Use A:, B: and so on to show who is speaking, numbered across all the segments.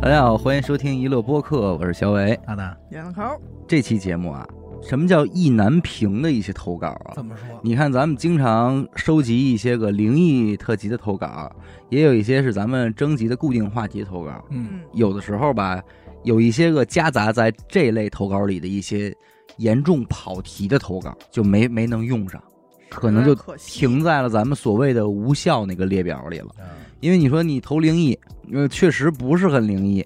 A: 大家好，欢迎收听娱乐播客，我是小伟。
B: 大大
C: 眼子口，
A: 这期节目啊，什么叫意难平的一些投稿啊？
B: 怎么说？
A: 你看，咱们经常收集一些个灵异特辑的投稿，也有一些是咱们征集的固定话题投稿。
B: 嗯，
C: 嗯，
A: 有的时候吧，有一些个夹杂在这类投稿里的一些严重跑题的投稿，就没没能用上，可能就
B: 嗯
C: 有点可惜
A: 停在了咱们所谓的无效那个列表里了。
B: 啊
A: 因为你说你投灵异，呃，确实不是很灵异，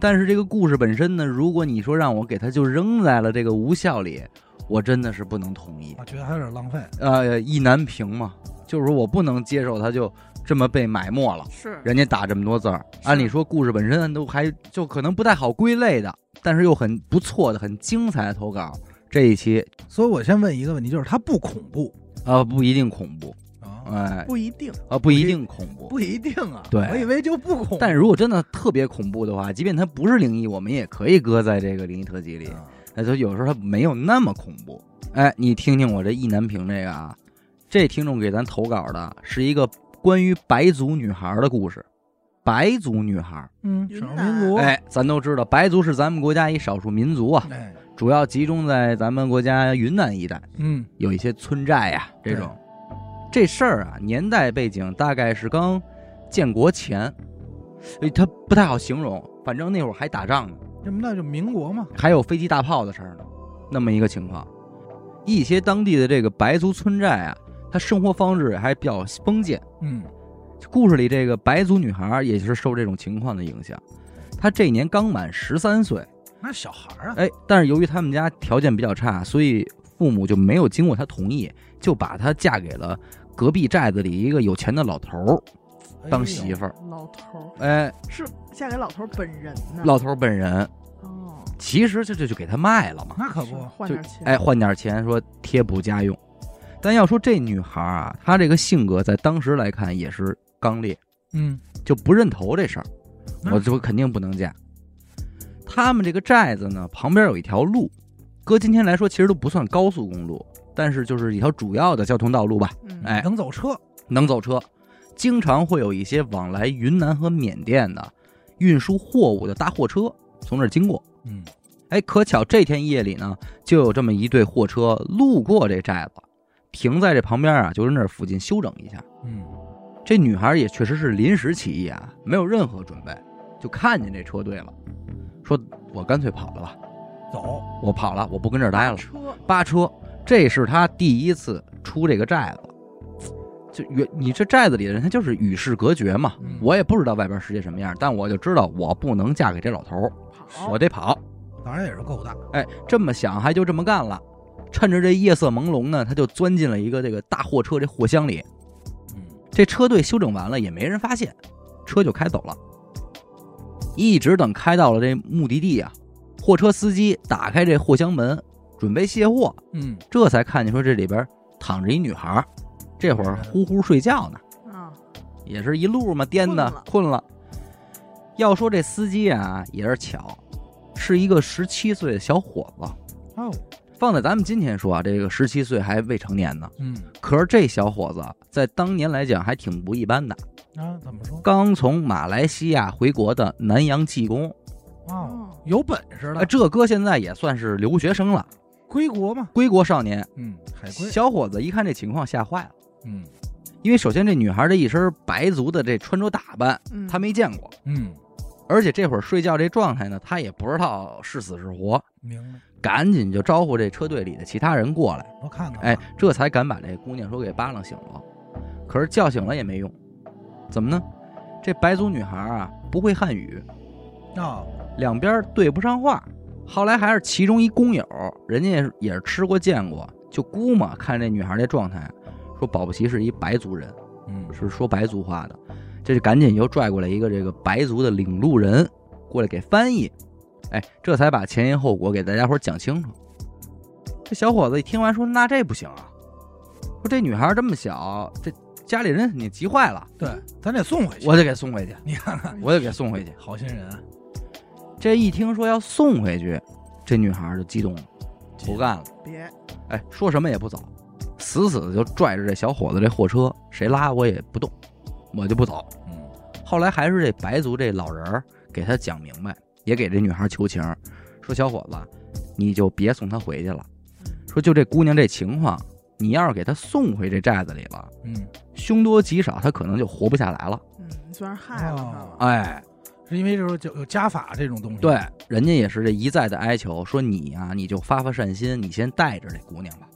A: 但是这个故事本身呢，如果你说让我给它就扔在了这个无效里，我真的是不能同意。
B: 我觉得还有点浪费。
A: 呃，意难平嘛，就是说我不能接受它就这么被埋没了。
C: 是
A: 人家打这么多字儿，
C: 是
A: 按理说故事本身都还就可能不太好归类的，但是又很不错的、很精彩的投稿。这一期
B: 所以我先问一个问题，就是它不恐怖
A: 啊，不一定恐怖，
B: 啊？
A: 哎，
C: 不一定，
A: 啊，不一定恐怖。
B: 不一定啊，
A: 对
B: 我以为就不恐怖。
A: 但如果真的特别恐怖的话，即便它不是灵异，我们也可以搁在这个灵异特辑里。
B: 啊
A: 那就有时候它没有那么恐怖。哎，你听听我这意难平这个啊，这听众给咱投稿的是一个关于白族女孩的故事。白族女孩，
B: 嗯，
C: 云
B: 少数
C: 南
B: 民族，
A: 哎，咱都知道，白族是咱们国家一少数民族啊，
B: 哎，
A: 主要集中在咱们国家云南一带，
B: 嗯，
A: 有一些村寨呀、这种。这事儿啊，年代背景大概是刚建国前，呃它不太好形容，反正那会儿还打仗呢。
B: 这不那就民国嘛，
A: 还有飞机大炮的事儿呢，那么一个情况。一些当地的这个白族村寨啊，它生活方式还比较封建。
B: 嗯，
A: 故事里这个白族女孩儿也是受这种情况的影响，她这年刚满十三岁，
B: 那小孩儿啊，
A: 哎，但是由于他们家条件比较差，所以父母就没有经过她同意，就把她嫁给了隔壁寨子里一个有钱的老头儿
B: 哎呦
A: 当媳妇儿。
C: 老头
A: 哎，
C: 儿是嫁给老头儿本人呢。
A: 老头儿本人
C: 哦，
A: 其实这这就给她卖了嘛。
B: 那可
C: 是
B: 不，
C: 换
A: 就
C: 点钱，
A: 哎，换点钱说贴补家用。但要说这女孩儿啊，她这个性格在当时来看也是刚烈，
B: 嗯，
A: 就不认头这事儿，
B: 那
A: 我就肯定不能嫁。他们这个寨子呢，旁边有一条路，搁今天来说其实都不算高速公路，但是就是一条主要的交通道路吧，
C: 嗯
A: 哎
B: 能走车，
A: 能走车。经常会有一些往来云南和缅甸的运输货物的大货车从这儿经过。
B: 嗯，
A: 哎，可巧这天夜里呢，就有这么一队货车路过这寨子，停在这旁边啊，就在那附近休整一下。
B: 嗯，
A: 这女孩也确实是临时起意啊，没有任何准备，就看见这车队了，说我干脆跑了吧，
B: 走，
A: 我跑了，我不跟这儿待了。
C: 车
A: 扒车，这是她第一次出这个寨子。就原你这寨子里的人，他就是与世隔绝嘛。
B: 嗯
A: 我也不知道外边世界什么样，但我就知道我不能嫁给这老头儿，
C: 跑，
A: 我得跑。
B: 当然也是够大，
A: 哎，这么想还就这么干了。趁着这夜色朦胧呢，他就钻进了一个这个大货车这货箱里。
B: 嗯，
A: 这车队修整完了也没人发现，车就开走了。一直等开到了这目的地啊，货车司机打开这货箱门准备卸货，
B: 嗯，
A: 这才看见说这里边躺着一女孩儿，这会儿呼呼睡觉呢，
C: 啊，
A: 也是一路嘛颠的
C: 困
A: 困
C: 了
A: 了。要说这司机啊也是巧，是一个十七岁的小伙子。
B: 哦，
A: 放在咱们今天说啊，这个十七岁还未成年呢。
B: 嗯，
A: 可是这小伙子啊在当年来讲还挺不一般的，
B: 啊，怎么说？
A: 刚从马来西亚回国的南洋技工，
B: 哦，
C: 哦，
B: 有本事
A: 啊，
B: 的，
A: 这哥现在也算是留学生了，
B: 归国嘛，
A: 归国少年。
B: 嗯，海归，
A: 小伙子一看这情况，吓坏了，
B: 嗯
A: 因为首先这女孩这一身白族的这穿着打扮，
C: 嗯，
A: 他没见过，
B: 嗯，
A: 而且这会儿睡觉这状态呢，他也不知道是死是活，
B: 明白，
A: 赶紧就招呼这车队里的其他人过来。
B: 我看啊看，
A: 哎，，这才敢把这姑娘说给扒拉醒了。可是叫醒了也没用，怎么呢？这白族女孩啊不会汉语，
B: 啊，
A: 两边对不上话。后来还是其中一工友，人家也是也是吃过见过，就估摸看这女孩这状态，说保不齐是一白族人，
B: 嗯，
A: 是说白族话的，这就赶紧又拽过来一个这个白族的领路人过来给翻译，哎，这才把前因后果给大家伙儿讲清楚。这小伙子一听完说：“那这不行啊！说这女孩儿这么小，这家里人肯定急坏了，
B: 对，咱得送回去。
A: 我得给送回去，
B: 你看看，
A: 我得给送回去。
B: 好心人啊，”
A: 这一听说要送回去，这女孩儿就激动了，不干了，
C: 别
A: 哎，说什么也不走，死死的就拽着这小伙子这货车，谁拉我也不动，我就不走。
B: 嗯，
A: 后来还是这白族这老人儿给他讲明白，也给这女孩求情，说小伙子，你就别送她回去了。说就这姑娘这情况，你要是给她送回这寨子里了，
B: 嗯，
A: 凶多吉少，她可能就活不下来了。
C: 嗯，你算是害了他了。
A: 哎，
B: 是因为就是就有家法这种东西。
A: 对，人家也是这一再的哀求，说你啊，你就发发善心，你先带着这姑娘吧。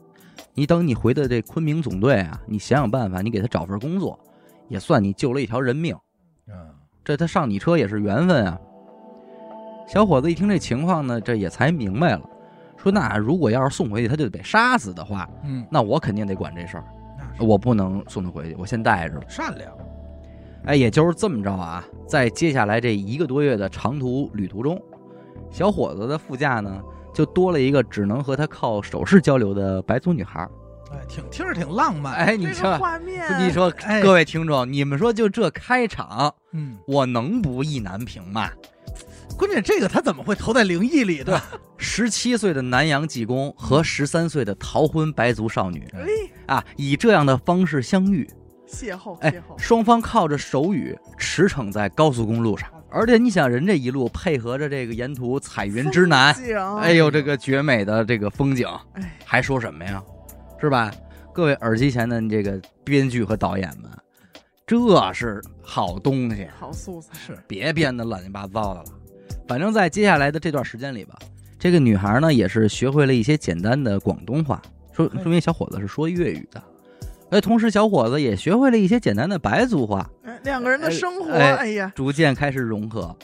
A: 你等你回到这昆明总队啊，你想想办法，你给她找份工作，也算你救了一条人命。
B: 嗯，
A: 这他上你车也是缘分啊。小伙子一听这情况呢，这也才明白了，说那如果要是送回去，他就得被杀死的话，
B: 嗯，
A: 那我肯定得管这事儿，
B: 那是
A: 我不能送他回去，我先带着。
B: 善良。
A: 哎，也就是这么着啊，在接下来这一个多月的长途旅途中，小伙子的副驾呢就多了一个只能和他靠手势交流的白族女孩儿。
B: 哎，挺听着挺浪漫。，
A: 哎，你
C: 这
A: 说
C: 个，画面，
A: 你说
B: 哎，
A: 各位听众，你们说就这开场，
B: 嗯，
A: 我能不意难平吗？
B: 关键这个他怎么会投在灵异里呢？
A: 十七岁的南洋济公和十三岁的逃婚白族少女
C: 哎，
A: 啊，以这样的方式相遇，
C: 邂逅
A: 哎
C: 邂逅，
A: 双方靠着手语驰骋在高速公路上，而且你想，人这一路配合着这个沿途彩云之南，
C: 风景
A: 哎呦，这个绝美的这个风景，
C: 哎，
A: 还说什么呀？是吧？各位耳机前的这个编剧和导演们，这是好东西，
C: 好素材，
B: 是，
A: 别编的乱七八糟的了。反正，在接下来的这段时间里吧，这个女孩呢也是学会了一些简单的广东话，说
B: 嗯
A: 说明小伙子是说粤语的。哎，同时小伙子也学会了一些简单的白族话，
C: 哎两个人的生活，
A: 哎
C: 哎呀，
A: 逐渐开始融合，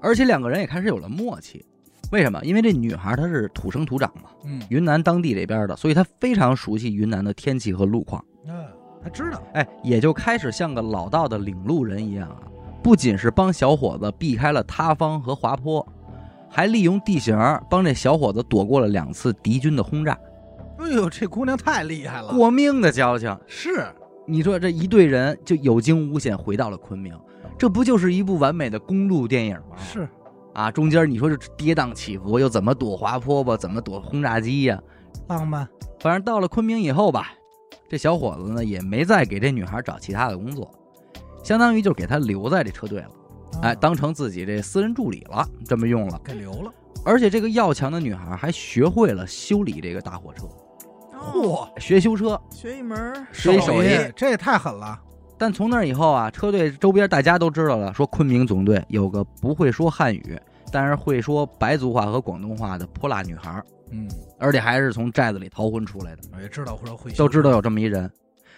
A: 而且两个人也开始有了默契。为什么？因为这女孩她是土生土长嘛，
B: 嗯，
A: 云南当地这边的，所以她非常熟悉云南的天气和路况。
B: 嗯，他知道。
A: 哎，也就开始像个老道的领路人一样啊，不仅是帮小伙子避开了塌方和滑坡，还利用地形儿帮这小伙子躲过了两次敌军的轰炸，
B: 哎呦，这姑娘太厉害了。
A: 过啊命的交情。
B: 是，
A: 你说这一队人就有惊无险回到了昆明，这不就是一部完美的公路电影吗？
B: 是，
A: 啊，中间你说这跌宕起伏，又怎么躲滑坡吧，怎么躲轰炸机呀、
B: 浪漫。
A: 反正到了昆明以后吧，这小伙子呢也没再给这女孩找其他的工作，相当于就给她留在这车队了，哎，当成自己这私人助理了，这么用了。
B: 啊给留了。
A: 而且这个要强的女孩还学会了修理这个大货车，
C: 哦，
A: 学修车。
C: 学一门儿
A: 学一手艺，
B: 这也太狠了。
A: 但从那以后啊，车队周边大家都知道了，说昆明总队有个不会说汉语，但是会说白族话和广东话的泼辣女孩，
B: 嗯，
A: 而且还是从寨子里逃婚出来的。
B: 我也知道或者会
A: 都知道有这么一人。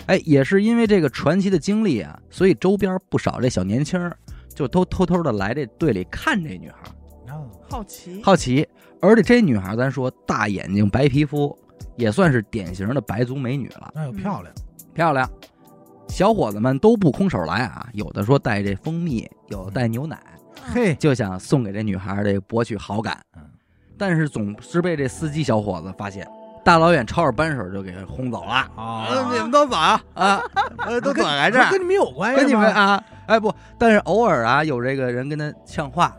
A: 哎，也是因为这个传奇的经历啊，所以周边不少这小年轻儿就都偷偷的来这队里看这女孩儿，
B: 啊。
C: 好奇，
A: 好奇。而且这女孩儿，咱说大眼睛、白皮肤，也算是典型的白族美女了，
B: 哎呦，漂亮。
A: 漂亮。小伙子们都不空手来啊，有的说带这蜂蜜，有的带牛奶，
B: 嘿，
A: 就想送给这女孩儿这博取好感
B: 嗯。
A: 但是总是被这司机小伙子发现，大老远抄着扳手就给轰走了。
B: 啊
A: 呃，你们都走啊，呃，都躲开这儿，
B: 跟你们有关系吗
A: 跟你们啊，哎不，但是偶尔啊，有这个人跟他呛话，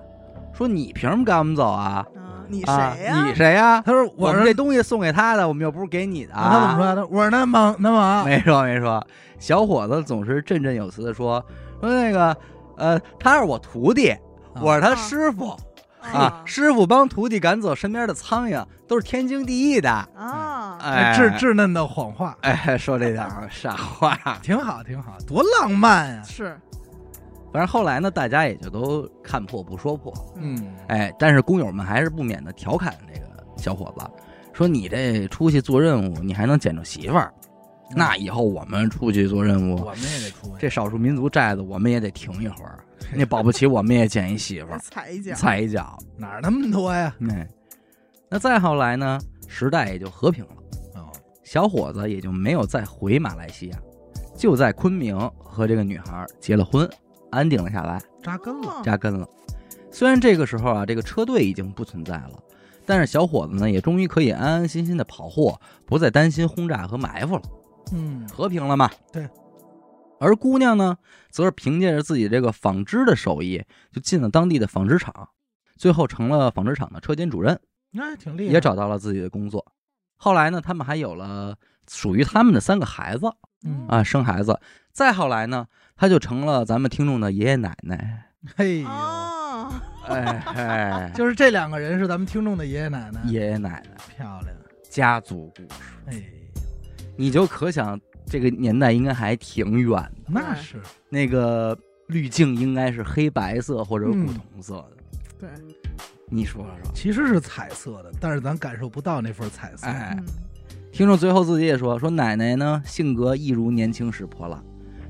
A: 说你凭什么跟我们走啊？
C: 啊，你
A: 啊
C: 谁呀？
A: 你谁呀、
B: 他说
A: 我
B: 我
A: 们
B: 是
A: 这东西送给他的，我们又不是给你的
B: 啊，他怎
A: 啊。
B: 么说啊的？我是南莽南莽。
A: 没说没说，小伙子总是振振有词的说说那个呃，他是我徒弟，我是他师傅
C: 哎
A: 啊，师傅帮徒弟赶走身边的苍蝇，都是天经地义的。
C: 啊，
A: 哎，
B: 稚稚嫩的谎话，
A: 哎，说这点儿傻话。
B: 挺好，挺好，多浪漫啊！
C: 是，
A: 反正后来呢，大家也就都看破不说破。
B: 嗯，
A: 哎，但是工友们还是不免的调侃这个小伙子，说你这出去做任务，你还能捡着媳妇儿，
C: 嗯
A: 那以后我们出去做任务，
B: 我们也得出问
A: 这少数民族寨子我们也得停一会儿， 那保不齐我们也捡一媳妇
C: 再
A: 儿，
C: 踩一脚，嗯
A: 踩一脚。
B: 哪儿那么多呀？
A: 哎，那再后来呢，时代也就和平了，
B: 哦，
A: 小伙子也就没有再回马来西亚，就在昆明和这个女孩结了婚，安定了下来。
B: 扎根了。
C: 哦
A: 扎根了。虽然这个时候啊，这个车队已经不存在了，但是小伙子呢，也终于可以安安心心的跑货，不再担心轰炸和埋伏了，
B: 嗯，
A: 和平了嘛。
B: 对。
A: 而姑娘呢，则是凭借着自己这个纺织的手艺，就进了当地的纺织厂，最后成了纺织厂的车间主任，
B: 那还挺厉害。
A: 也找到了自己的工作。后来呢，他们还有了属于他们的三个孩子
B: 嗯
A: 啊，生孩子。再后来呢，他就成了咱们听众的爷爷奶奶，
B: 哎嘿呦，
C: 啊，
A: 哎哎，
B: 就是这两个人是咱们听众的爷爷奶奶，
A: 爷爷奶奶
B: 漂亮，
A: 家族故事，
B: 哎，
A: 你就可想这个年代应该还挺远的，
B: 那是
A: 那个滤镜应该是黑白色或者古铜色的。
C: 对，
A: 你说说，
B: 其实是彩色的，但是咱感受不到那份彩色。
A: 哎
C: 嗯，
A: 听众最后自己也说，说奶奶呢性格一如年轻时泼辣，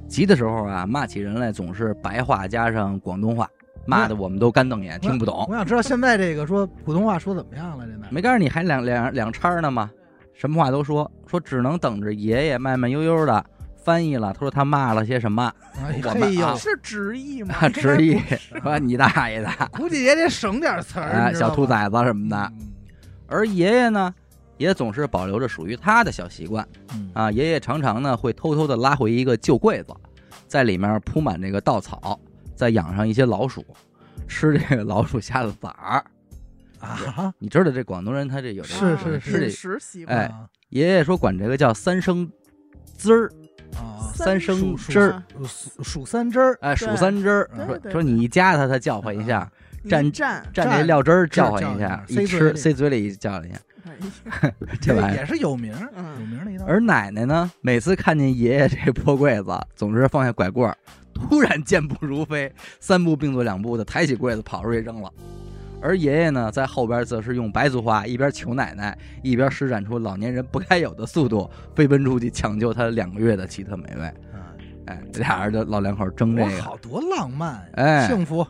A: 急的时候啊骂起人来总是白话加上广东话，骂的我们都干瞪眼，
B: 我
A: 听不懂。
B: 我想知道现在这个说普通话说怎么样了？这奶奶
A: 没告诉你还两两两叉儿呢吗？什么话都说，说只能等着爷爷慢慢悠悠的翻译了。他说他骂了些什么，
B: 哎
A: 我们
B: 嘿呦
A: 啊，？
C: 是直译吗
A: 直译
C: 应该不是
A: 说你大爷的，
B: 估计也得省点词儿、
A: 啊，
B: 啊你知
A: 小
B: 道吗
A: 兔崽子什么的。
B: 嗯
A: 而爷爷呢，也总是保留着属于他的小习惯
B: 嗯
A: 啊。爷爷常常呢会偷偷的拉回一个旧柜子，在里面铺满这个稻草，再养上一些老鼠，吃这个老鼠下的崽儿。
B: 啊，
A: 你知道这广东人他这有这
B: 是
C: 啊
B: 是是
A: 是
C: 饮
A: 得
C: 食习惯
A: 哎爷爷说管这个叫三声滋儿，
B: 啊，
A: 三声
B: 数
A: 汁儿，
B: 呃数数三汁儿，
A: 哎，数
C: 对
A: 三汁儿
C: 对，
A: 说
C: 对
A: 说
C: 对
A: 你一夹它，它叫唤一下；蘸
C: 一蘸，
A: 蘸
B: 嗯蘸
A: 这料汁儿
B: 汁儿
A: 叫唤
B: 叫
A: 一
B: 一
A: 下
B: 下，
A: 一
B: 塞嘴
A: 吃
B: 里
A: 塞嘴里叫了一下，
C: 哎
A: 这
B: 也
A: 玩意儿。
B: 也是有名儿，
C: 嗯
B: 有名儿的一道。
A: 而奶奶呢，每次看见爷爷这破柜子，总是放下拐棍儿，突然 健步如飞，三步并作两步的抬起柜子跑出去扔了。而爷爷呢，在后边则是用白族话一边求奶奶，一边施展出老年人不该有的速度，飞奔出去抢救他两个月的奇特美味。
B: 啊
A: 哎，这俩人就老两口争这
B: 多
A: 个，
B: 好，多浪漫呀，
A: 哎
B: 幸福。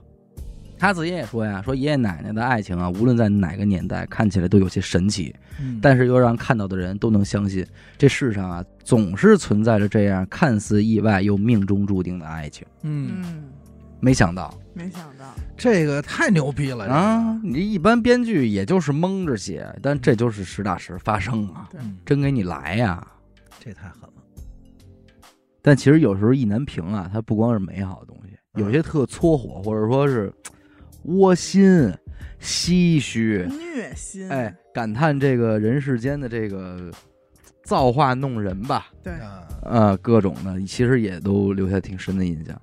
A: 他自己也说呀，说爷爷奶奶的爱情啊，无论在哪个年代，看起来都有些神奇，
B: 嗯
A: 但是又让看到的人都能相信，这世上啊，总是存在着这样看似意外又命中注定的爱情。
B: 嗯，
C: 嗯，
A: 没想到
C: 没想到，
B: 这个太牛逼了
A: 啊，，你一般编剧也就是蒙着写，但这就是实打实发生啊，
B: 这
C: 对
B: 个嗯
A: 真给你来呀、
B: 这太狠了。
A: 但其实有时候意难平啊，它不光是美好的东西，
B: 嗯
A: 有些特搓火，或者说是窝心、唏嘘，
C: 虐心，
A: 哎，感叹这个人世间的这个造化弄人吧，
C: 对，
B: 啊
A: 呃，各种的，其实也都留下挺深的印象。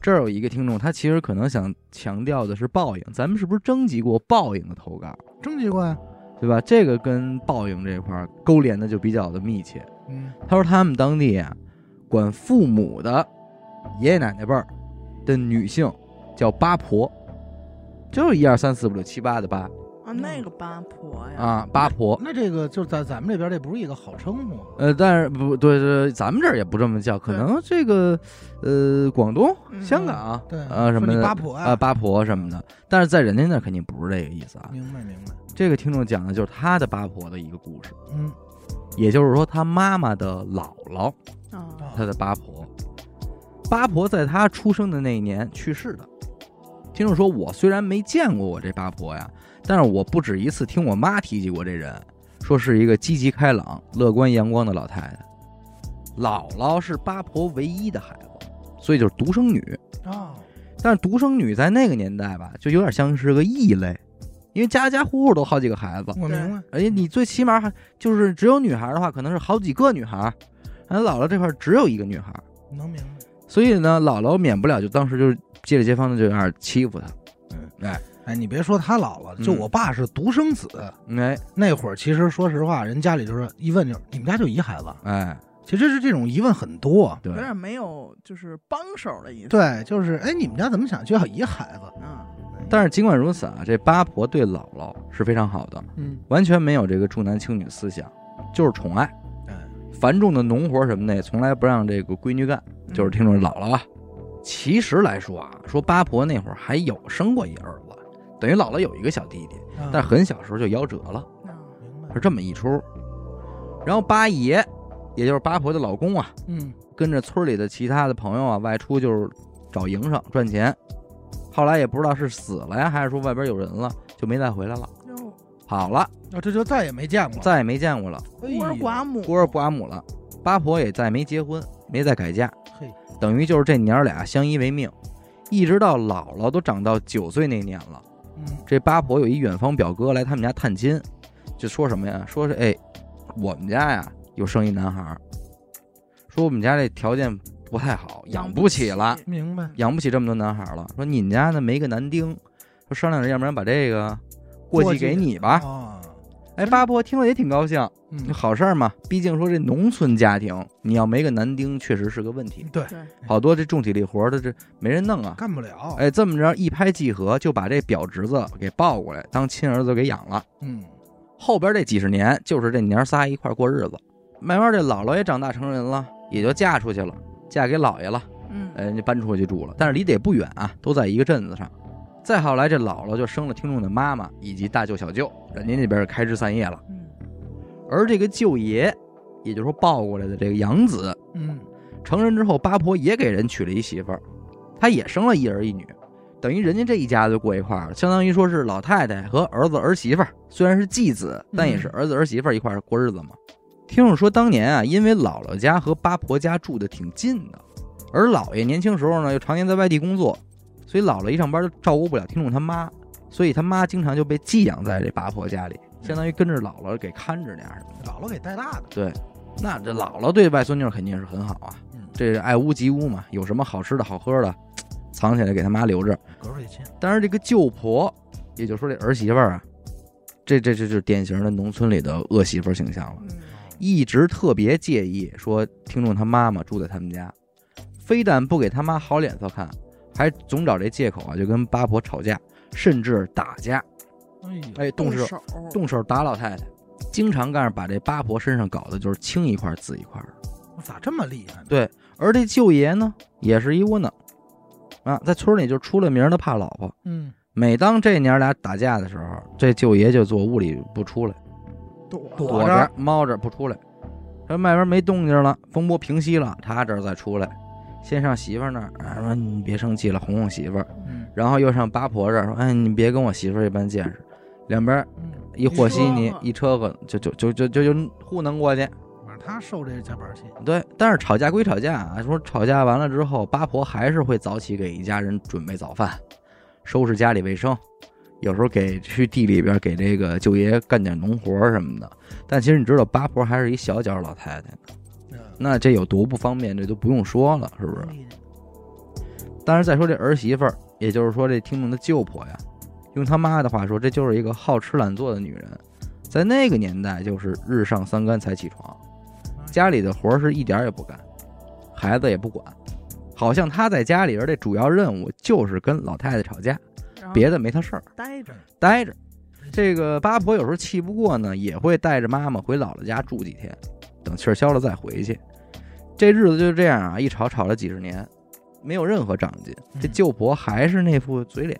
A: 这儿有一个听众，他其实可能想强调的是报应，咱们是不是征集过报应的投稿，
B: 征集过呀，
A: 对吧？这个跟报应这块儿勾连的就比较的密切。
B: 嗯，
A: 他说他们当地啊，管父母的爷爷奶奶辈儿的女性叫八婆，呃就是一二三四五六七八的八
C: 啊，那个八婆呀，
A: 啊，八婆。
B: 那这个就是咱咱们这边这不是一个好称呼啊，
A: 呃，但是不对对，咱们这儿也不这么叫，可
C: 对
A: 能这个呃，广东、
C: 嗯
A: 香港
B: 对
A: 啊什
B: 说
A: 么
B: 你
A: 的
B: 八婆
A: 啊、
B: 啊，
A: 八婆什么的，但是在人家那儿肯定不是这个意思啊。
B: 明白明白，
A: 这个听众讲的就是他的八婆的一个故事，
B: 嗯，
A: 也就是说他妈妈的姥姥，
C: 啊，
A: 他的八婆，八婆在他出生的那一年去世的。听众说，我虽然没见过我这八婆呀，但是我不止一次听我妈提及过这人，说是一个积极开朗、乐观阳光的老太太。姥姥是八婆唯一的孩子，所以就是独生女。
B: 哦，
A: 但是独生女在那个年代吧，就有点像是个异类，因为家家户户都好几个孩子，
B: 我明白，
A: 而且你最起码还就是只有女孩的话，可能是好几个女孩，而姥姥这块儿只有一个女孩。
B: 能明白。
A: 所以呢，姥姥免不了就当时就是街里街坊的就有点欺负他。
B: 哎，你别说他姥姥，就
A: 嗯
B: 我爸是独生子，
A: 哎
B: 那会儿其实说实话，人家里就是一问就是你们家就一孩子，
A: 哎，
B: 其实是这种疑问很多。
A: 对
C: 有，点没有就是帮手的意思，
B: 对，就是哎，你们家怎么想就要一孩子？
C: 嗯，
A: 但是尽管如此啊，这八婆对姥姥是非常好的，
B: 嗯，
A: 完全没有这个重男轻女思想，就是宠爱。
B: 哎，
A: 繁重的农活什么的也从来不让这个闺女干，
C: 嗯
A: 就是听众姥姥啊。其实来说啊，说八婆那会儿还有生过一儿子，等于姥姥有一个小弟弟，
B: 啊
A: 但很小时候就夭折了。
C: 嗯
B: 明白
A: 是，这么一出。然后八爷，也就是八婆的老公啊，
B: 嗯，
A: 跟着村里的其他的朋友啊外出就是找营生赚钱。后来也不知道是死了呀，还是说外边有人了，就没再回来了。
C: 哟，
A: 好了，
B: 那哦这就再也没见过，
A: 再也没见过了，
B: 哎
C: 孤儿
B: 呦
C: 寡母，
A: 孤儿寡母了，八婆也再没结婚，没再改嫁，
B: 嘿，
A: 等于就是这娘儿俩相依为命，一直到姥姥都长到九岁那年了。
B: 嗯，
A: 这八婆有一远方表哥来他们家探亲，就说什么呀？说是哎，我们家呀有生一男孩儿，说我们家这条件不太好，养不起了，
B: 明白，
A: 养不起这么多男孩儿了。说你们家呢没个男丁，说商量着，要不然把这个过继给你吧。
B: 啊，
A: 哎，八婆听了也挺高兴，
B: 嗯，
A: 好事儿嘛。毕竟说这农村家庭，你要没个男丁，确实是个问题。
B: 对，
C: 对，
A: 好多这重体力活儿的这没人弄啊。
B: 干不了，，
A: 哎，这么着一拍即合，就把这表侄子给抱过来当亲儿子给养了。
B: 嗯，
A: 后边这几十年就是这娘仨一块儿过日子。慢慢这姥姥也长大成人了，也就嫁出去了，嫁给姥爷了。
C: 嗯，
A: 呃，人家搬出去住了，但是离得也不远啊，都在一个镇子上。再后来，这姥姥就生了听众的妈妈以及大舅、小舅，人家那边开枝散叶了。
C: 嗯，
A: 而这个舅爷，也就是说抱过来的这个养子，
B: 嗯，
A: 成人之后，八婆也给人娶了一媳妇儿，她也生了一儿一女，等于人家这一家就过一块儿了，相当于说是老太太和儿子儿媳妇儿，虽然是继子，但也是儿子儿媳妇儿一块儿过日子嘛。听众说，当年啊，因为姥姥家和八婆家住的挺近的，而姥爷年轻时候呢又常年在外地工作，所以姥姥一上班就照顾不了听众他妈，所以他妈经常就被寄养在这八婆家里，相当于跟着姥姥给看着那样的。
B: 姥姥给带大的，
A: 那这姥姥对外孙女肯定是很好啊，
B: 嗯，
A: 这是爱屋及乌嘛，有什么好吃的好喝的，藏起来给他妈留着。
B: 隔辈亲，
A: 当然，这个舅婆，也就是说这儿媳妇儿啊，这这这就是典型的农村里的恶媳妇儿形象了，
C: 嗯，
B: 哎
A: 一直特别介意说听众他妈妈住在他们家，非但不给他妈好脸色看，还总找这借口啊，就跟八婆吵架，甚至打架，
B: 哎呦，
A: 哎，动手
C: 手，
A: 动手打老太太，经常干把这八婆身上搞的就是青一块儿紫一块儿。
B: 咋这么厉害呢？
A: 而这舅爷呢，也是一窝囊啊，在村里就出了名儿的怕老婆。
B: 嗯，
A: 每当这娘俩打架的时候，这舅爷就坐屋里不出来，
C: 躲
B: 躲
A: 躲
B: 着
A: 着猫着不出来。这外边没动静了，风波平息了，他这儿再出来，先上媳妇儿那儿，啊说你别生气了，哄哄媳妇儿，
B: 嗯，
A: 然后又上八婆这儿说，哎，你别跟我媳妇儿一般见识。两边
B: 嗯，
A: 一和稀
C: 一
A: 泥
C: 车，和
A: 一车和，就就就就就就糊弄过去。
B: 反正他受这夹板气，
A: 对，但是吵架归吵架啊，说吵架完了之后，八婆还是会早起给一家人准备早饭，收拾家里卫生，有时候给去地里边给这个舅爷干点农活什么的。但其实你知道，八婆还是一小脚老太太，
B: 嗯，
A: 那这有多不方便，这都不用说了，是不是？但是再说这儿媳妇儿，也就是说这听众的舅婆呀，用他妈的话说，这就是一个好吃懒做的女人，在那个年代就是日上三竿才起床。家里的活儿是一点儿也不干，孩子也不管，好像他在家里边儿的主要任务就是跟老太太吵架，别
C: 的
A: 的没他事儿，
C: 待着，
A: 待着。这个八婆有时候气不过呢，也会带着妈妈回姥姥家住几天，等气儿消了再回去。这日子就这样啊，一吵吵了几十年，没有任何长进。这
B: 嗯
A: 舅婆还是那副嘴脸，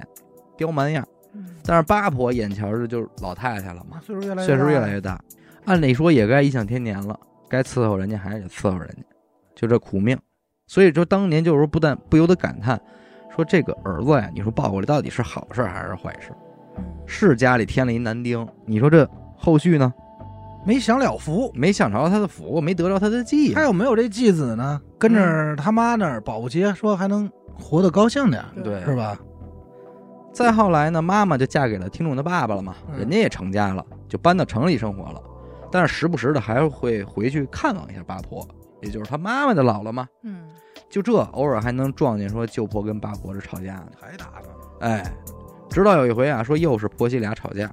A: 刁蛮样儿。
C: 嗯
A: 但是八婆眼瞧着就是老太太了嘛，
B: 那岁数越来
A: 岁数越来
B: 大
A: 越大，按理说也该颐享天年了，该伺候人家还是得伺候人家，就这苦命。所以说当年就是说不但不由得感叹，说这个儿子呀，你说抱过来到底是好事还是坏事？
C: 嗯
A: 是家里添了一男丁，你说这后续呢？
B: 没享了福，
A: 没享着他的福，没得着他的记
B: 他，有没有这继子呢？跟着他妈那儿保不齐说还能活得高兴点儿，
A: 对
B: 是吧？
A: 再后来呢，妈妈就嫁给了听众的爸爸了嘛，
B: 嗯
A: 人家也成家了，就搬到城里生活了，但是时不时的还会回去看望一下八婆，也就是他妈妈的姥姥嘛。
C: 嗯，
A: 就这，偶尔还能撞见说舅婆跟八婆这吵架呢。
B: 还打呢，
A: 哎，直到有一回啊，说又是婆媳俩吵架，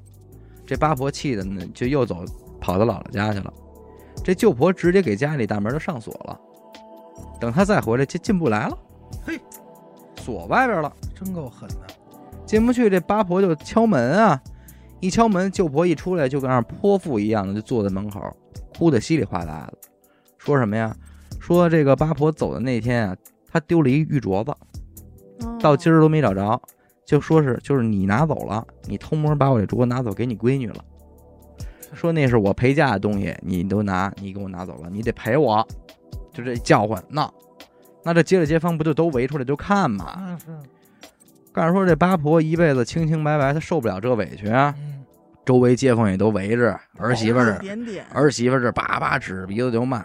A: 这八婆气的呢，就又走跑到姥姥家去了。这舅婆直接给家里大门就上锁了，等她再回来就进不来了。
B: 嘿，
A: 锁外边了，
B: 真够狠的。
A: 进不去。这八婆就敲门啊，一敲门，舅婆一出来就跟那儿泼妇一样的就坐在门口，哭得稀里哗啦的，说什么呀？说这个八婆走的那天啊，她丢了一玉镯子。到今
C: 儿
A: 儿都没找着，就说是就是你拿走了，你偷摸把我这镯拿走给你闺女了，说那是我陪嫁的东西，你都拿，你给我拿走了，你得赔我，就这叫唤闹。那这街里街坊不就都围出来就看嘛？
B: 啊，是，
A: 告诉说这八婆一辈子清清白白，她受不了这委屈啊，
B: 嗯，
A: 周围街坊也都围着儿媳妇儿这儿，
C: 哦点点，
A: 儿媳妇儿这叭叭指着鼻子就骂，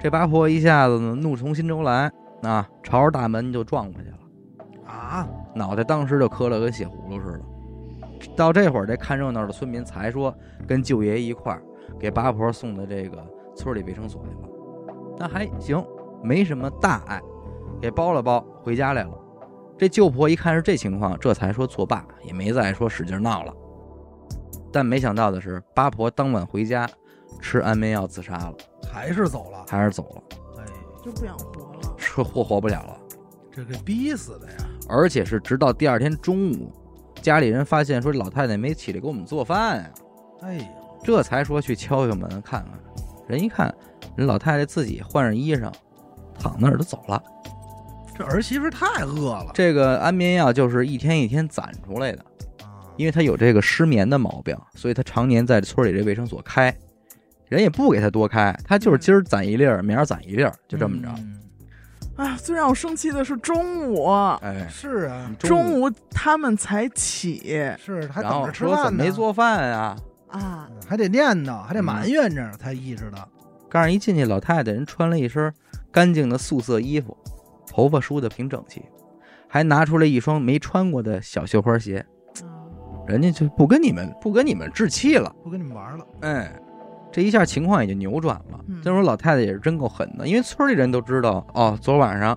A: 这八婆一下子呢怒从心中来啊，朝着大门就撞过去了。
B: 啊，
A: 脑袋当时就磕了跟血葫芦似的。到这会儿，这看热闹的村民才说跟舅爷一块儿给八婆送到这个村里卫生所去了。那还行，没什么大碍，给包了包回家来了。这舅婆一看是这情况，这才说作罢，也没再说使劲闹了。但没想到的是，八婆当晚回家吃安眠药自杀了，
B: 还是走了。
A: 还是走了，
B: 哎，
C: 就不想活了。
A: 吃活活不了了。
B: 这给逼死的呀！
A: 而且是直到第二天中午，家里人发现说老太太没起来给我们做饭呀、
B: 哎呀，
A: 这才说去敲敲门看看。人一看，人老太太自己换上衣裳，躺那儿就走了。
B: 这儿媳妇太饿了
A: 这个安眠药就是一天一天攒出来的，
B: 啊！
A: 因为她有这个失眠的毛病，所以她常年在村里这卫生所开，人也不给她多开，她就是今儿攒一粒儿，明儿攒一粒儿，就这么着。
B: 嗯
C: 哎呀，最让我生气的是中午，
A: 哎，
B: 是啊，
C: 中午他们才起
B: 是还
A: 然
B: 等
A: 后
B: 着吃
A: 说
B: 饭
A: 怎
B: 呢，
A: 么没做饭啊？
C: 啊，
B: 嗯，还得念叨，还得埋怨着，才意识到。
A: 告诉一进去，老太太人穿了一身干净的素色衣服，头发梳得平整齐，还拿出来一双没穿过的小绣花鞋。
C: 嗯
A: 人家就不跟你们不跟你们置气了，
B: 不跟你们玩了，
A: 哎，这一下情况也就扭转了
C: 嗯。
A: 这时候老太太也是真够狠的，因为村里人都知道哦，昨晚上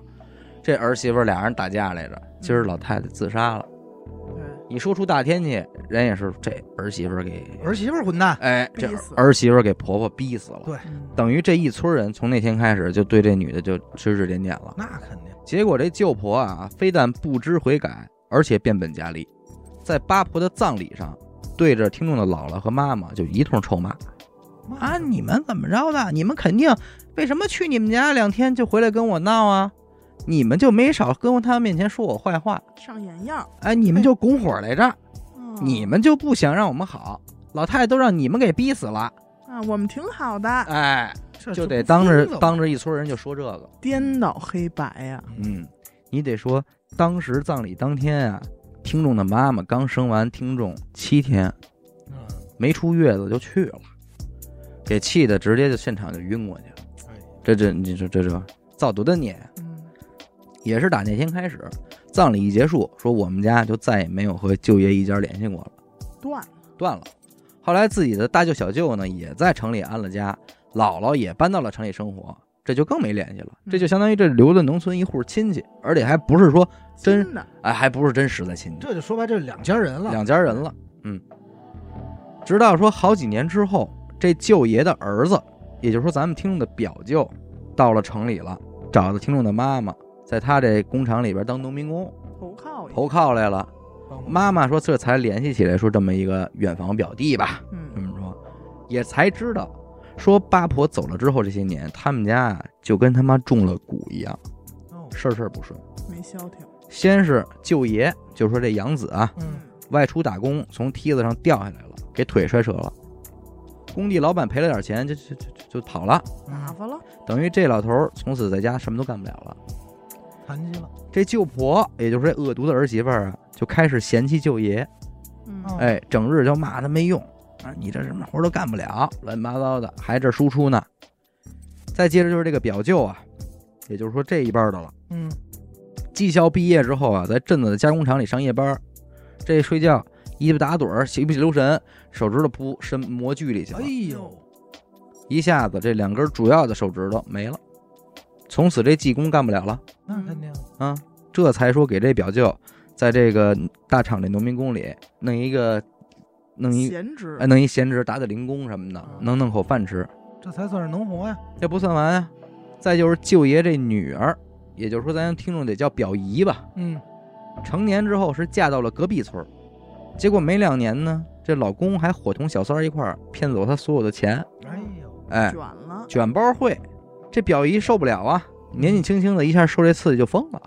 A: 这儿媳妇儿俩人打架来着，今儿老
C: 嗯
A: 太太自杀了。
B: 嗯
C: 对，
A: 你说出大天去，人也是这儿媳妇儿给
B: 儿媳妇儿混蛋，
A: 哎，这
C: 逼死
A: 儿媳妇儿给婆婆逼死了。
B: 对
C: 嗯
A: 等于这一村人从那天开始就对这女的就指指点点了。
B: 那肯定
A: 结果这舅婆啊，非但不知悔改，而且变本加厉，在八婆的葬礼上，对着听众的姥姥和妈妈就一通臭骂
B: 骂
A: 啊！你们怎么着的？你们肯定为什么去你们家两天就回来跟我闹啊？你们就没少跟他们面前说我坏话，
C: 上眼药，
A: 哎，你们就拱火来着，
C: 嗯
A: 你们就不想让我们好，老太太都让你们给逼死了，
C: 啊，我们挺好的，
A: 哎，
B: 这
A: 就
B: 这
A: 得
B: 不
A: 当着
B: 疯了吗
A: 当着一村人就说这个。
C: 颠倒黑白啊呀，
A: 嗯，你得说当时葬礼当天啊，听众的妈妈刚生完听众七天，
B: 嗯
A: 没出月子就去了，给气的直接就现场就晕过去了。
B: 哎
A: 这这你说这这造多大孽？
C: 嗯
A: 也是打那天开始，葬礼一结束，说我们家就再也没有和舅爷一家联系过了，
C: 断
A: 断了。后来自己的大舅小舅呢，也在城里安了家，姥姥也搬到了城里生活，这就更没联系了。这就相当于这留了农村一户亲戚，而且还不是说真
C: 新的，
A: 哎，还不是真实在亲戚，
B: 这就说白，这两家人了，
A: 两家人了。嗯，直到说好几年之后，这舅爷的儿子，也就是说咱们听众的表舅，到了城里了，找到听众的妈妈，在他这工厂里边当农民工，
C: 投靠一下，
A: 投靠来了。
B: 帮忙
A: 妈妈说这才联系起来，说这么一个远房表弟吧，这
C: 嗯
A: 么说，也才知道，说八婆走了之后这些年，他们家啊就跟他妈中了蛊一样，
B: 哦
A: 事儿事儿不顺。
C: 没消停，
A: 先是舅爷，就说这养子啊，
B: 嗯，
A: 外出打工，从梯子上掉下来了，给腿摔折了。工地老板赔了点钱，就就就就就跑了，
C: 嗯
B: 嗯
C: 打发了，
A: 等于这老头儿从此在家什么都干不了了。
B: 残疾了，
A: 这舅婆，也就是这恶毒的儿媳妇儿啊，就开始嫌弃舅爷，
C: 嗯
B: 哦
A: 哎，整日就骂他没用啊，你这什么活都干不了，乱七八糟的，还这输出呢。再接着就是这个表舅啊，也就是说这一辈儿的了。
B: 嗯，
A: 技校毕业之后啊，在镇子的加工厂里上夜班儿，这睡觉一不打盹儿，一不留神，手指头噗伸模具里去了
B: 哎，呦，
A: 一下子这两根主要的手指头没了，从此这技工干不了了
B: 那肯定
A: 啊！这才说给这表舅在这个大厂这农民工里弄一个弄一
C: 闲职
A: 哎，弄一闲职打打零工什么的，
B: 嗯
A: 能弄口饭吃，
B: 这才算是能活呀，
A: 这不算完啊！再就是舅爷这女儿，也就是说咱听众得叫表姨吧，
B: 嗯，
A: 成年之后是嫁到了隔壁村儿，结果没两年呢，这老公还伙同小三儿一块儿骗走她所有的钱，
B: 哎呦，
A: 哎
C: 卷，了，
A: 卷包会，这表姨受不了啊，年纪轻轻的一下受这刺激就疯了，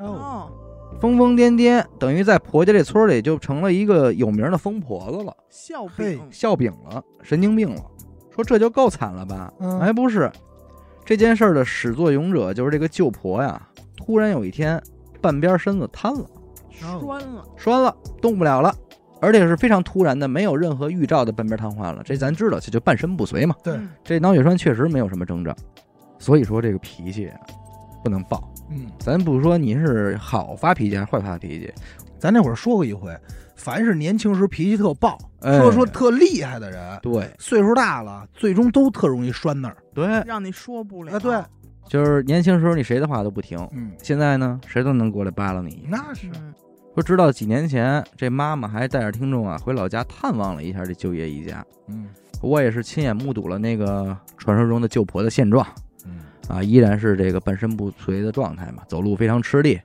B: 哦，
C: 哦，
A: 疯疯癫癫，等于在婆家这村儿里就成了一个有名的疯婆子了，
C: 笑
B: 嘿
C: 柄，
A: 笑柄了，神经病了，说这就够惨了吧？
B: 嗯
A: 哎，不是，这件事儿的始作俑者就是这个舅婆呀，突然有一天半边身子瘫了。哦
C: 栓了，
A: 栓了，动不了了，而且是非常突然的，没有任何预兆的半边瘫痪了。这咱知道，这就半身不遂嘛。
B: 对
C: 嗯，
A: 这脑血栓确实没有什么征兆，所以说这个脾气啊不能暴。
B: 嗯，
A: 咱不说您是好发脾气还是坏发脾气，
B: 咱那会儿说过一回，凡是年轻时脾气特暴，
A: 哎
B: 说说特厉害的人，
A: 对
B: 岁数大了，最终都特容易拴那儿。
A: 对
C: 让你说不了，
B: 啊，对，
A: 就是年轻时候你谁的话都不听，
B: 嗯，
A: 现在呢谁都能过来扒拉你一下。
B: 那是
C: 嗯
A: 说直到几年前，这妈妈还带着听众啊回老家探望了一下这舅爷一家，
B: 嗯
A: 我也是亲眼目睹了那个传说中的舅婆的现状
B: 嗯
A: 啊，依然是这个半身不遂的状态嘛，走路非常吃力，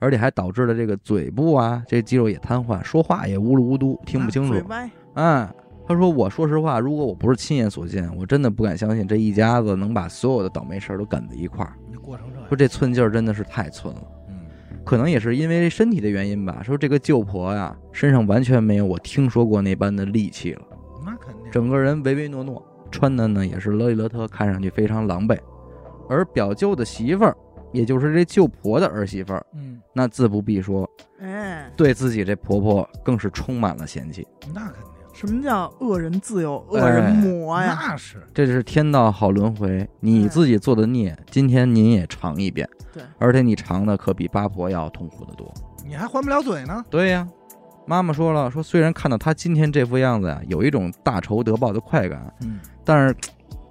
A: 而且还导致了这个嘴部啊这肌肉也瘫痪，说话也呜噜呜嘟，听不清楚
C: 啊嘴。歪，
A: 嗯，他说：“我说实话，如果我不是亲眼所见，我真的不敢相信这一家子能把所有的倒霉事儿都赶在一块儿。
B: 你过成这样
A: 说，这寸劲儿真的是太寸了，
B: 嗯
A: 可能也是因为身体的原因吧。说这个舅婆呀，身上完全没有我听说过那般的力气了，
B: 那肯定，
A: 整个人唯唯诺诺，穿的呢也是勒里勒特，看上去非常狼狈。而表舅的媳妇儿，也就是这舅婆的儿媳妇儿，
B: 嗯，
A: 那自不必说，
C: 哎，
A: 对自己这婆婆更是充满了嫌弃。
B: 那肯定，
C: 什么叫恶人自有恶人磨呀？
B: 那是
A: 这是天道好轮回，你自己做的孽，今天您也尝一遍。
C: 对
A: 而且你尝的可比八婆要痛苦的多。
B: 你还还不了嘴呢，
A: 对呀、妈妈说了，说虽然看到她今天这副样子呀、有一种大仇得报的快感，啊
B: 嗯，
A: 但是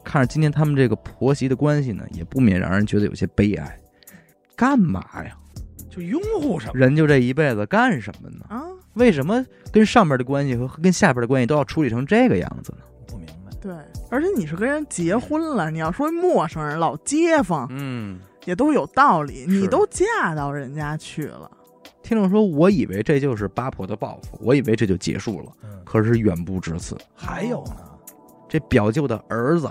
A: 看着今天他们这个婆媳的关系呢，也不免让人觉得有些悲哀。干嘛呀？
B: 就拥护什么，
A: 人就这一辈子干什么呢？
B: 哎
C: 啊，
A: 为什么跟上边的关系和跟下边的关系都要处理成这个样子呢？
B: 不明白，
C: 对，而且你是跟人结婚了，你要说陌生人、老街坊
A: 嗯，
C: 也都有道理，
A: 是
C: 你都嫁到人家去了，
A: 听众说，我以为这就是八婆的报复，我以为这就结束了，
B: 嗯，
A: 可是远不止此。
B: 还有呢，
A: 这表舅的儿子，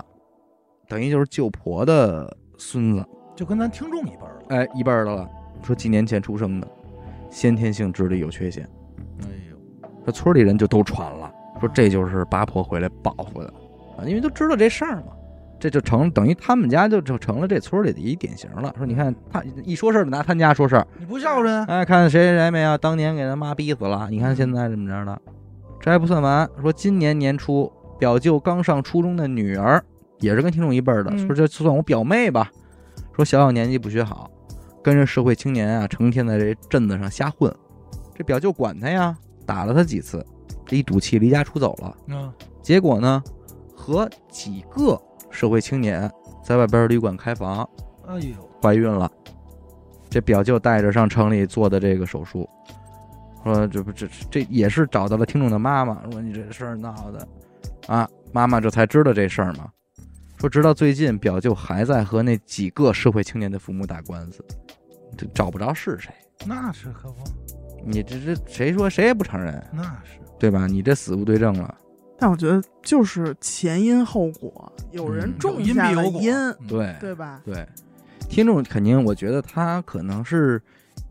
A: 等于就是舅婆的孙子，
B: 就跟咱听众一辈儿了，
A: 哎，一半儿的了。说几年前出生的，先天性智力有缺陷，
B: 哎呦，
A: 说村里人就都传了，说这就是八婆回来报复的啊，因为都知道这事儿嘛，这就成等于他们家就就成了这村里的一典型了。说你看他一说事儿就拿他们家说事儿，
B: 你不孝顺，啊
A: 哎，看谁谁谁没有，当年给他妈逼死了，你看现在怎么着了？这还不算完，说今年年初，表舅刚上初中的女儿，也是跟听众一辈儿的，
B: 嗯
A: 说这算我表妹吧。说小小年纪不学好，跟着社会青年啊，成天在这镇子上瞎混。这表舅管他呀，打了他几次，这一赌气离家出走了。
B: 嗯，
A: 结果呢，和几个社会青年在外边旅馆开房，
B: 哎呦，
A: 怀孕了，这表舅带着上城里做的这个手术，说这不这这也是找到了听众的妈妈，说你这事儿闹的啊，妈妈这才知道这事儿嘛。说直到最近，表舅还在和那几个社会青年的父母打官司，这找不着是谁。
B: 那是可不，
A: 你这这谁说谁也不承认，
B: 那是，
A: 对吧？你这死无对证了。
C: 但我觉得就是前因后果，有人
A: 嗯
C: 种
B: 因
C: 下
B: 必
C: 了
B: 有果，
C: 因，
B: 嗯，
A: 对
C: 对吧？
A: 对，听众肯定，我觉得他可能是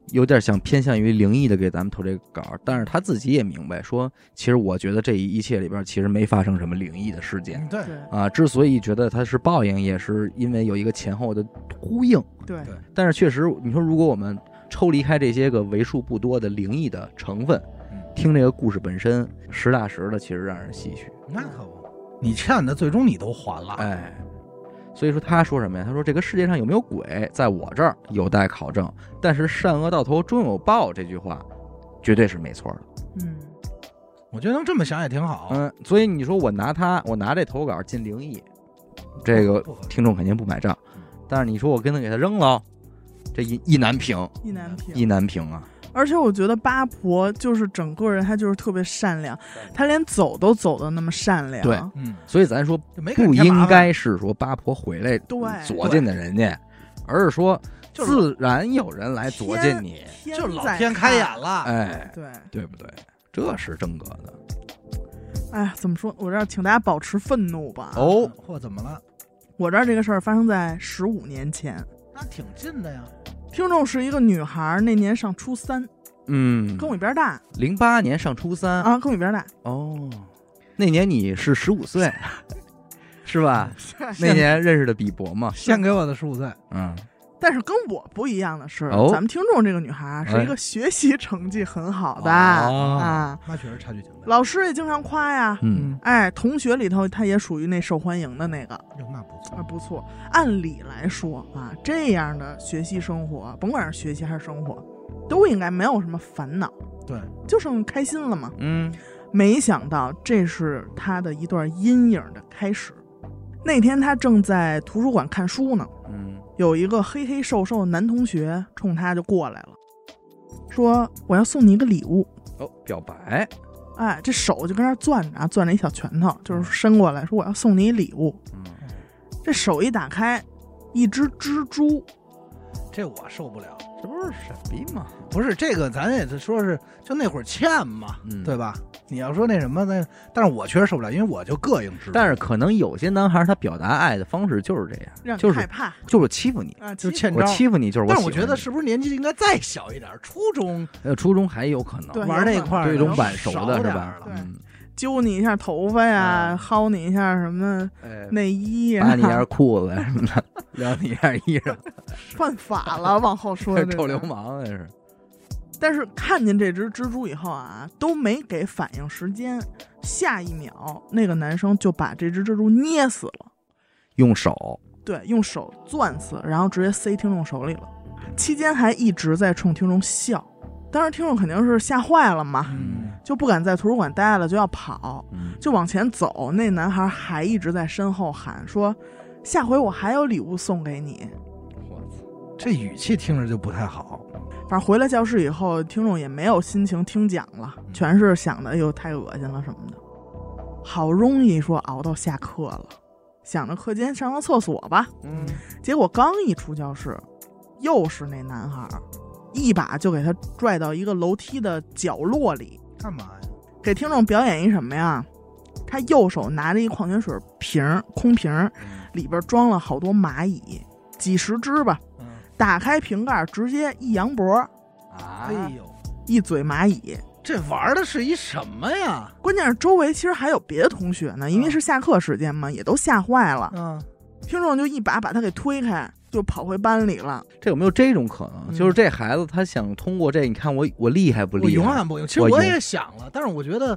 A: 有点想偏向于灵异的给咱们投这个稿儿，但是他自己也明白说，其实我觉得这一切里边儿其实没发生什么灵异的事件
B: 嗯对，
C: 对
A: 啊。之所以觉得它是报应，也是因为有一个前后的呼应。
C: 对
B: 对
A: 但是确实，你说如果我们抽离开这些个为数不多的灵异的成分
B: 嗯，
A: 听这个故事本身，实打实的其实让人唏嘘。
B: 那可不，你欠的最终你都还了，
A: 哎，所以说他说什么呀？他说这个世界上有没有鬼，在我这儿有待考证。但是善恶到头终有报这句话，绝对是没错的。
C: 嗯，
B: 我觉得能这么想也挺好，
A: 嗯，所以你说我拿他，我拿这投稿进灵异，这个
B: 不合适
A: 听众肯定不买账。但是你说我跟他给他扔了，这一一难平，
C: 意难平。
A: 一难平啊！
C: 而且我觉得八婆就是整个人，她就是特别善良，她连走都走的那么善良。
A: 对
B: 嗯，
A: 所以咱说
B: 就没给
A: 不
B: 人添麻
A: 应
B: 烦
A: 该是说八婆回来
C: 对
A: 左进的人家，而是说
B: 就是
A: 自然有人来左进
C: 天
A: 你，
C: 天
B: 就是老
C: 在
B: 天开
C: 看
B: 眼了，
A: 哎。
C: 对，
A: 对不对？这是正格的
C: 哎呀，怎么说？我这儿请大家保持愤怒吧。
A: 哦。
B: 嗯或怎么了？
C: 我这儿这个事儿发生在十五年前，
B: 那挺近的呀，
C: 听众是一个女孩儿，那年上初三，
A: 嗯，
C: 跟我一边大、
A: 零八年上初三、
C: 啊，跟我一边大。
A: 哦，那年你是十五 岁， 是吧？那年认识的比伯嘛，
B: 献给我的十五岁，
A: 嗯，
C: 但是跟我不一样的是，
A: 哦哎
C: 咱们听众这个女孩儿是一个学习成绩很好的、
A: 哦
C: 啊，
B: 那确实差距挺大。
C: 老师也经常夸呀。
A: 嗯，
C: 哎，同学里头她也属于那受欢迎的那个，
B: 哟，那不
C: 啊，
B: 错，
C: 不错。按理来说啊，这样的学习生活，甭管是学习还是生活，都应该没有什么烦恼，
B: 对，
C: 就剩开心了嘛。
A: 嗯，
C: 没想到这是他的一段阴影的开始。那天他正在图书馆看书呢，
A: 嗯，
C: 有一个黑黑瘦瘦的男同学冲他就过来了，说我要送你一个礼物。
A: 哦，表白，
C: 哎，这手就跟那儿攥着啊，攥着一小拳头，就是伸过来说我要送你一礼物。
A: 嗯，
C: 这手一打开，一只蜘蛛，
B: 这我受不了。
A: 这不是傻逼吗？
B: 不是这个，咱也是说是就那会儿欠嘛，
A: 嗯
B: 对吧？你要说那什么，那但是我确实受不了，因为我就膈应吃，
A: 但是可能有些男孩他表达爱的方式就是这样，
C: 让你
A: 就是
C: 害怕、
A: 就是欺负你，
C: 啊，
B: 就
C: 欺
B: 是欠
A: 我
B: 招。
A: 欺负你就是我喜欢你。
B: 但是我觉得是不是年纪应该再小一点儿，初中
A: 呃，初中还有可能，
C: 对
B: 玩那块儿
A: 对
B: 的
A: 这种晚熟
B: 少
A: 的是
B: 点
A: 吧
B: 儿？了
C: 对
A: 嗯，
C: 揪你一下头发呀，
A: 嗯
C: 薅你一下什么
A: 哎，
C: 内衣呀，
A: 扒你一下裤子什么 的，撩你一下衣裳，
C: 犯法了。往 后说
A: 臭流
C: 氓。
A: 氓那是。
C: 但是看见这只蜘蛛以后啊，都没给反应时间，下一秒那个男生就把这只蜘蛛捏死了，
A: 用手，
C: 对，用手攥死，然后直接塞听众手里了。期间还一直在冲听众笑，当时听众肯定是吓坏了嘛，
B: 嗯，
C: 就不敢在图书馆待了，就要跑，
A: 嗯，
C: 就往前走。那男孩还一直在身后喊说：“下回我还有礼物送给你。
A: 我操，
B: 这语气听着就不太好。”
C: 反正回来教室以后，听众也没有心情听讲了，全是想的哎呦太恶心了什么的。好容易说熬到下课了，想着课间上个厕所吧，
A: 嗯，
C: 结果刚一出教室，又是那男孩儿，一把就给他拽到一个楼梯的角落里，
B: 干嘛呀？
C: 给听众表演一什么呀？他右手拿着一矿泉水瓶儿，空瓶儿里边装了好多蚂蚁，几十只吧。
B: 嗯
C: 打开瓶盖，直接一扬脖，
A: 啊
B: 哎呦，
C: 一嘴蚂蚁。
B: 这玩的是一什么呀？
C: 关键是周围其实还有别的同学呢，因为是下课时间嘛，也都吓坏了。
B: 嗯，
C: 听众就一把把他给推开，就跑回班里了。
A: 这有没有这种可能？
B: 嗯
A: 就是这孩子他想通过这，你看我我厉害不
B: 我
A: 厉
B: 永
A: 害？
B: 远不用。其实
A: 我
B: 我
A: 永
B: 也想了，但是我觉得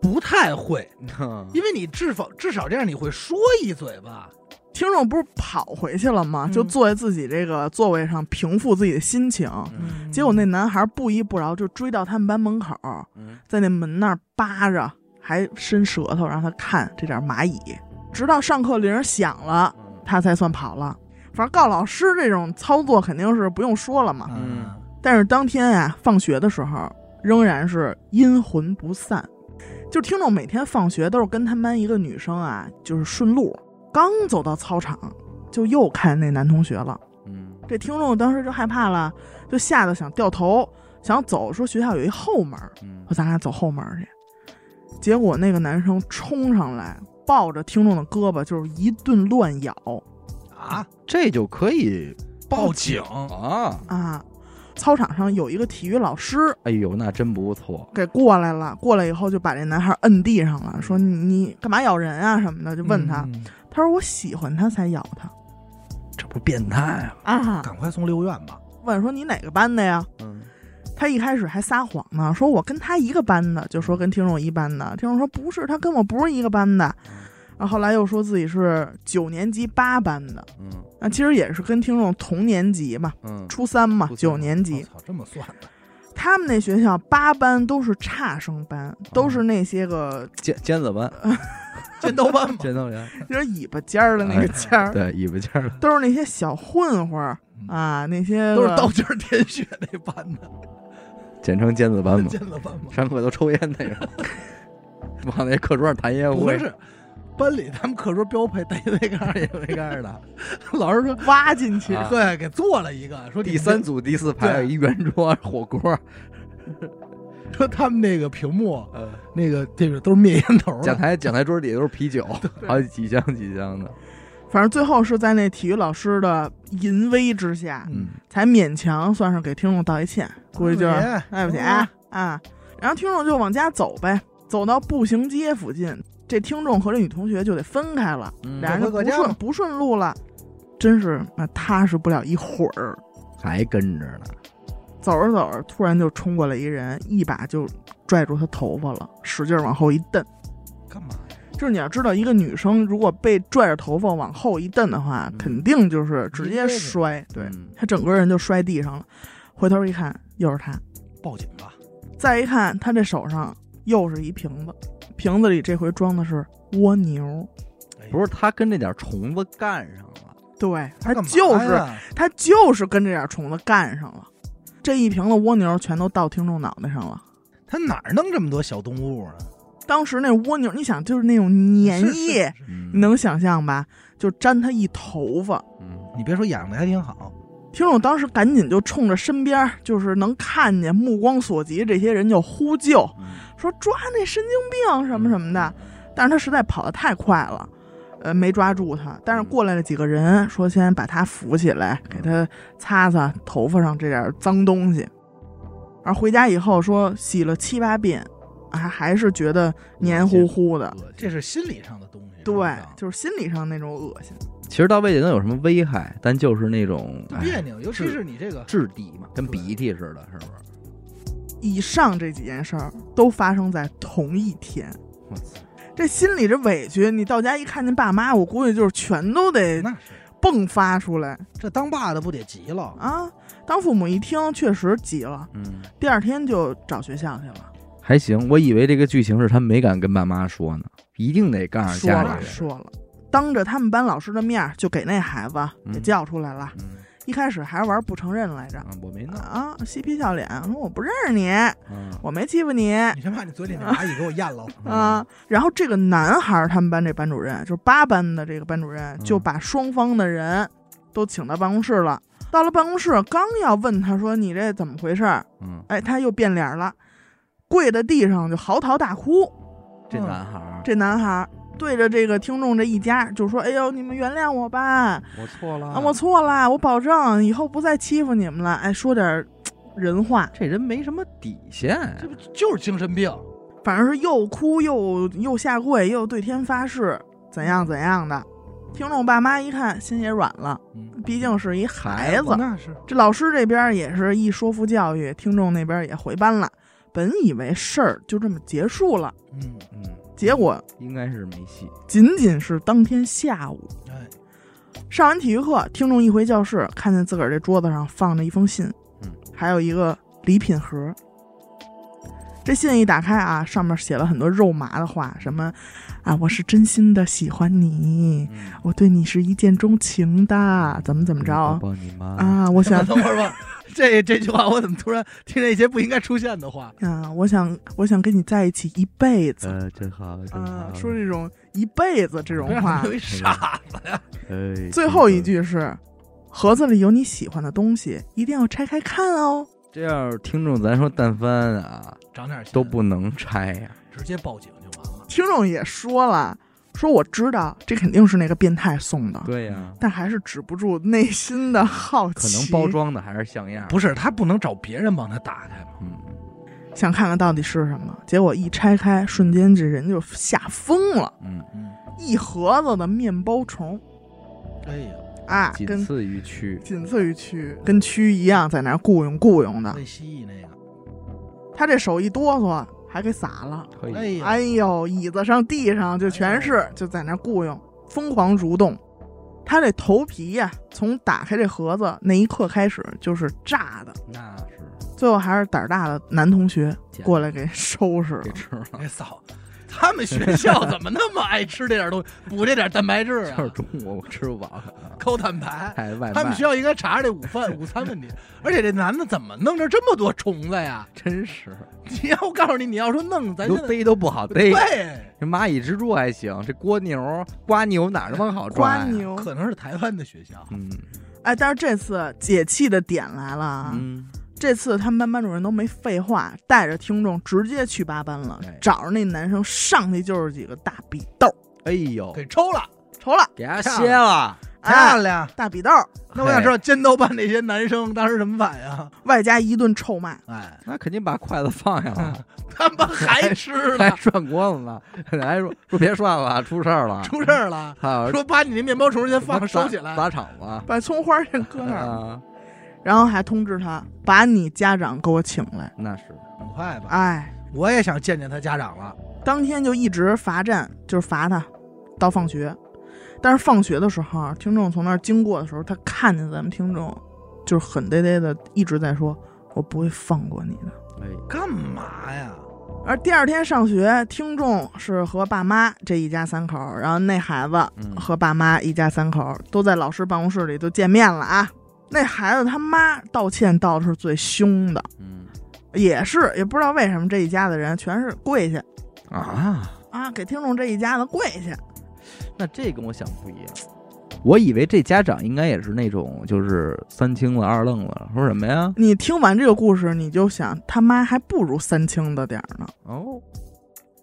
B: 不太会，
A: 嗯哼
B: 因为你至少至少这样你会说一嘴吧。
C: 听众不是跑回去了吗？
B: 嗯
C: 就坐在自己这个座位上，平复自己的心情。
A: 嗯
C: 结果那男孩不依不饶，就追到他们班门口，
A: 嗯
C: 在那门那儿扒着，还伸舌头让他看这点蚂蚁，直到上课铃响了，他才算跑了。反正告老师这种操作肯定是不用说了嘛。
A: 嗯
C: 但是当天呀、放学的时候仍然是阴魂不散。就听众每天放学都是跟他们班一个女生啊，就是顺路，刚走到操场就又看那男同学了。
A: 嗯
C: 这听众当时就害怕了，就吓得想掉头，想走，说学校有一后门儿，
A: 嗯
C: 说咱俩走后门儿去。结果那个男生冲上来，抱着听众的胳膊就是一顿乱咬
B: 啊，
A: 这就可以
B: 报警
A: 啊！
C: 啊！操场上有一个体育老师
A: 哎呦，那真不错。
C: 给过来了，过来以后就把这男孩摁地上了，说
A: 嗯
C: 你你干嘛咬人啊什么的，就问他，
B: 嗯，
C: 他说我喜欢他才咬他
A: 这不变态吗？
C: 啊。
B: 赶快送六院吧。
C: 问说你哪个班的呀？
A: 嗯，
C: 他一开始还撒谎呢，说我跟他一个班的，就说跟听众一班的。听众说不是，他跟我不是一个班的。然后后来又说自己是九年级八班的，
A: 嗯
C: 那其实也是跟听众同年级嘛，
A: 嗯，
C: 初三嘛，
A: 初三
C: 九年
B: 啊我
C: 级。
B: 操，这么算的，
C: 他们那学校八班都是差生班，都
A: 哦
C: 是那些个
A: 尖尖子班，
B: 尖刀班嘛。
A: 尖头人，
C: 就是尾巴尖儿的
A: 哎
C: 那个尖儿，
A: 对，尾巴尖儿的。
C: 都是那些小混混儿
B: 嗯
C: 啊，那些
B: 都是
C: 个
B: 刀尖儿舔血那班的，
A: 简称尖子 班嘛，
B: 尖子班嘛。
A: 上课都抽烟那个， 往那课桌上弹烟
B: 不
A: 灰，
B: 是，班里他们课桌标配带那杆儿也没杆儿的，老师说
C: 挖进去。
A: 啊
B: 对，给做了一个，说你
A: 第
B: 们
A: 三组第四排有
B: 对
A: 一圆桌火锅，
B: 说他们那个屏幕
A: 呃，
B: 那个这个都是灭烟头
A: 讲
B: 的，
A: 台讲台桌底下都是啤酒，好几箱几箱的，
C: 反正最后是在那体育老师的淫威之下，
A: 嗯
C: 才勉强算是给听众道一歉，估计就是
B: 对
C: 对
B: 不
C: 不
B: 起
C: 起啊啊。然后听众就往家走呗，走到步行街附近，这听众和这女同学就得分开了，
A: 嗯
C: 俩人就
B: 各
C: 不
B: 回各家
C: 顺
B: 嘛
C: 不顺路了，真是那踏实不了一会儿。
A: 还跟着呢，
C: 走着走着，突然就冲过来一人，一把就拽住她头发了，使劲往后一蹬。
B: 干嘛呀？
C: 就是你要知道，一个女生如果被拽着头发往后一蹬的话
A: 嗯，
C: 肯定就是直
B: 直接
C: 接
B: 的
C: 摔，对
A: 嗯
C: 她整个人就摔地上了。回头一看，又是她。
B: 报警吧！
C: 再一看，他这手上又是一瓶子，瓶子里这回装的是蜗牛。
B: 哎
A: 不是他跟这点虫子干上了，
C: 对，
B: 他
C: 他
B: 干嘛
C: 就是
B: 呀
C: 他就是跟这点虫子干上了。这一瓶的蜗牛全都到听众脑袋上了。
B: 他哪儿弄这么多小动物啊？
C: 当时那蜗牛，你想就是那种粘
B: 是是
C: 液，
B: 是
A: 嗯
C: 你能想象吧？就粘他一头发。
A: 嗯
B: 你别说养的还挺好，
C: 听众当时赶紧就冲着身边儿就是能看见目光所及这些人就呼救，
A: 嗯
C: 说抓那神经病什么什么的。但是他实在跑得太快了，呃，没抓住他。但是过来了几个人，说先把他扶起来，给他擦擦头发上这点脏东西。而回家以后说洗了七八遍，还还是觉得黏糊糊的。
A: 恶心嗯
B: 这是心理上的东西。是，
C: 对
B: 不
C: 就是心理上那种恶心。
A: 其实到胃里能有什么危害？但就是那种
B: 是就别
A: 哎
B: 扭，尤其是你这个
A: 质地嘛，跟
B: 对
A: 鼻涕似的，是不是？
C: 以上这几件事儿都发生在同一天。
A: 我操！
C: 这心里这委屈，你到家一看见爸妈，我估计就是全都得
B: 那是
C: 迸发出来
B: 这当爸的不得急了？
C: 啊！当父母一听，确实急了，
A: 嗯，
C: 第二天就找学校去了，
A: 还行。我以为这个剧情是他没敢跟爸妈说呢，一定得告诉
C: 说
A: 啊家
C: 了
A: 里人。
C: 说了，当着他们班老师的面儿就给那孩子
A: 嗯
C: 给叫出来了。
A: 嗯，
C: 一开始还玩不承认来着
A: 啊，我没闹。
C: 啊，嬉皮笑脸说我不认识你，
A: 嗯
C: 我没欺负你。
B: 你先把你嘴里那蚂蚁给我咽了。
C: 啊，然后这个男孩儿他们班这班主任，就是八班的这个班主任，
A: 嗯
C: 就把双方的人都请到办公室了。到了办公室，刚要问他说：“你这怎么回事儿
A: 嗯，？”
C: 哎，他又变脸儿了，跪在地上就嚎啕大哭。
A: 这男孩儿，
C: 这男孩儿对着这个听众这一家就说：“哎呦，你们原谅我吧，
A: 我错了，
C: 啊，我错了，我保证以后不再欺负你们了。”哎，说点儿人话，
A: 这人没什么底线。
B: 这不就是精神病？
C: 反正是又哭又又下跪，又对天发誓，怎样怎样的。听众爸妈一看，心也软了，
B: 嗯，
C: 毕竟是一孩子。
B: 哎那是
C: 这老师这边也是一说服教育，听众那边也回班了。本以为事儿就这么结束了，
B: 嗯，
A: 嗯，
C: 结果
A: 应该是没戏。
C: 仅仅是当天下午
B: 哎，
C: 上完体育课，听众一回教室，看见自个儿这桌子上放着一封信，
A: 嗯，
C: 还有一个礼品盒。这信一打开啊，上面写了很多肉麻的话，什么啊，我是真心的喜欢你，
A: 嗯，
C: 我对你是一见钟情的，怎么怎么着
A: 抱
C: 啊？
A: 抱你妈！
C: 啊，我想
B: 等会儿哎吧。这这句话我怎么突然听着一些不应该出现的话？
C: 啊，我想，我想跟你在一起一辈子
A: 呃，真好，真
C: 啊
A: 好。，
C: 说这种一辈子这种
B: 别让
C: 话
B: 他以，为傻子呀！
A: 哎，
C: 最后一句是。盒子里有你喜欢的东西，一定要拆开看哦。
A: 这要是听众，咱说但凡啊，
B: 长点心
A: 都不能拆 呀、
B: 直接报警就完了。
C: 听众也说了，说我知道这肯定是那个变态送的，
A: 对呀、
C: 但还是止不住内心的好
A: 可
C: 奇，
A: 能包装的还是像样。
B: 不是他不能找别人帮他打开吗？
A: 嗯
C: 想看看到底是什么。结果一拆开，瞬间这人就吓疯了，
A: 嗯，
B: 嗯，
C: 一盒子的面包虫
B: 哎呀，
C: 啊，
A: 仅
C: 跟
A: 次于蛆。
C: 仅次于蛆，跟蛆一样在那儿雇佣雇佣的。
B: 那蜥蜴那个，
C: 他这手一哆嗦，还给撒了。
A: 可以，
B: 哎呀，
C: 哎呦，椅子上、地上就全是，
A: 哎
C: 就在那儿雇佣，疯狂蠕动。他这头皮呀、从打开这盒子那一刻开始就是炸的，
A: 那是
C: 最后还是胆儿大的男同学
A: 捡
C: 过来给收 拾了
A: 给。吃了，
B: 哎嫂，他们学校怎么那么爱吃这点东西，补这点蛋白质啊
A: 就是？中午我吃不饱，啊
B: 高蛋白。
A: 太外卖。
B: 他们学校应该查查这午饭午餐问题，而且这男的怎么弄着这么多虫子呀？
A: 真是
B: 你要我告诉你，你要说弄，咱
A: 都
B: 现在
A: 逮都不好逮。
B: 对，
A: 这蚂蚁蜘蛛还行，这蜗牛、瓜牛哪儿那么好抓
C: 瓜
A: 呀？
C: 牛，
B: 可能是台湾的学校，
A: 嗯
C: 哎，但是这次解气的点来了啊！
A: 嗯，
C: 这次他们班班主任都没废话，带着听众直接去八班了，
A: 哎
C: 找着那男生上去就是几个大笔豆，
A: 哎呦，
B: 给抽了。
C: 抽了，
A: 给它歇了。
C: 哎，
B: 亮！
C: 大笔豆，
B: 那我想知道尖刀办那些男生当时什么反应？
C: 外加一顿臭骂。
B: 哎，
A: 那肯定把筷子放下了，
B: 他们还吃
A: 还
B: 了，
A: 涮锅子呢，还说说别涮了，出事儿了，
B: 出事儿了。
A: 啊，
B: 说把你那面包虫先放收起来。
A: 砸场子。
C: 把葱花先搁那儿，
A: 啊，
C: 然后还通知他把你家长给我请来。
A: 那是
B: 很快吧，
C: 哎，
B: 我也想见见他家长了。
C: 当天就一直罚站，就是罚他到放学。但是放学的时候，听众从那儿经过的时候，他看见咱们听众，就是狠嘚嘚的一直在说：“我不会放过你的。
A: 哎，
B: 干嘛呀？
C: 而第二天上学，听众是和爸妈这一家三口，然后那孩子
A: 嗯
C: 和爸妈一家三口都在老师办公室里都见面了啊。那孩子他妈道歉道的是最凶的，啊
A: 嗯
C: 也是也不知道为什么这一家的人全是跪下
A: 啊，
C: 啊，给听众这一家子跪下。
A: 那这跟我想不一样。我以为这家长应该也是那种就是三清了二愣了，说什么呀？
C: 你听完这个故事，你就想他妈还不如三清的点儿呢。
A: 哦，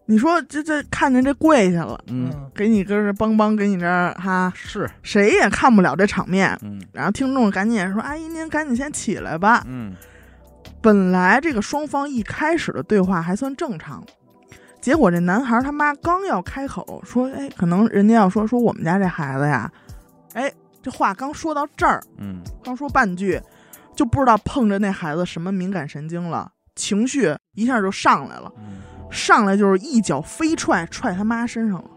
C: 你说这这看见这跪下了，
A: 嗯，
C: 给你跟这梆梆给你这儿哈，
A: 是，
C: 谁也看不了这场面。
A: 嗯
C: 然后听众赶紧说：“阿姨，您赶紧先起来吧。
A: 嗯”
C: 本来这个双方一开始的对话还算正常，结果这男孩他妈刚要开口说：“哎，可能人家要说说我们家这孩子呀，哎，这话刚说到这儿，
A: 嗯，
C: 刚说半句，就不知道碰着那孩子什么敏感神经了，情绪一下就上来了，
A: 嗯
C: 上来就是一脚飞踹踹他妈身上了，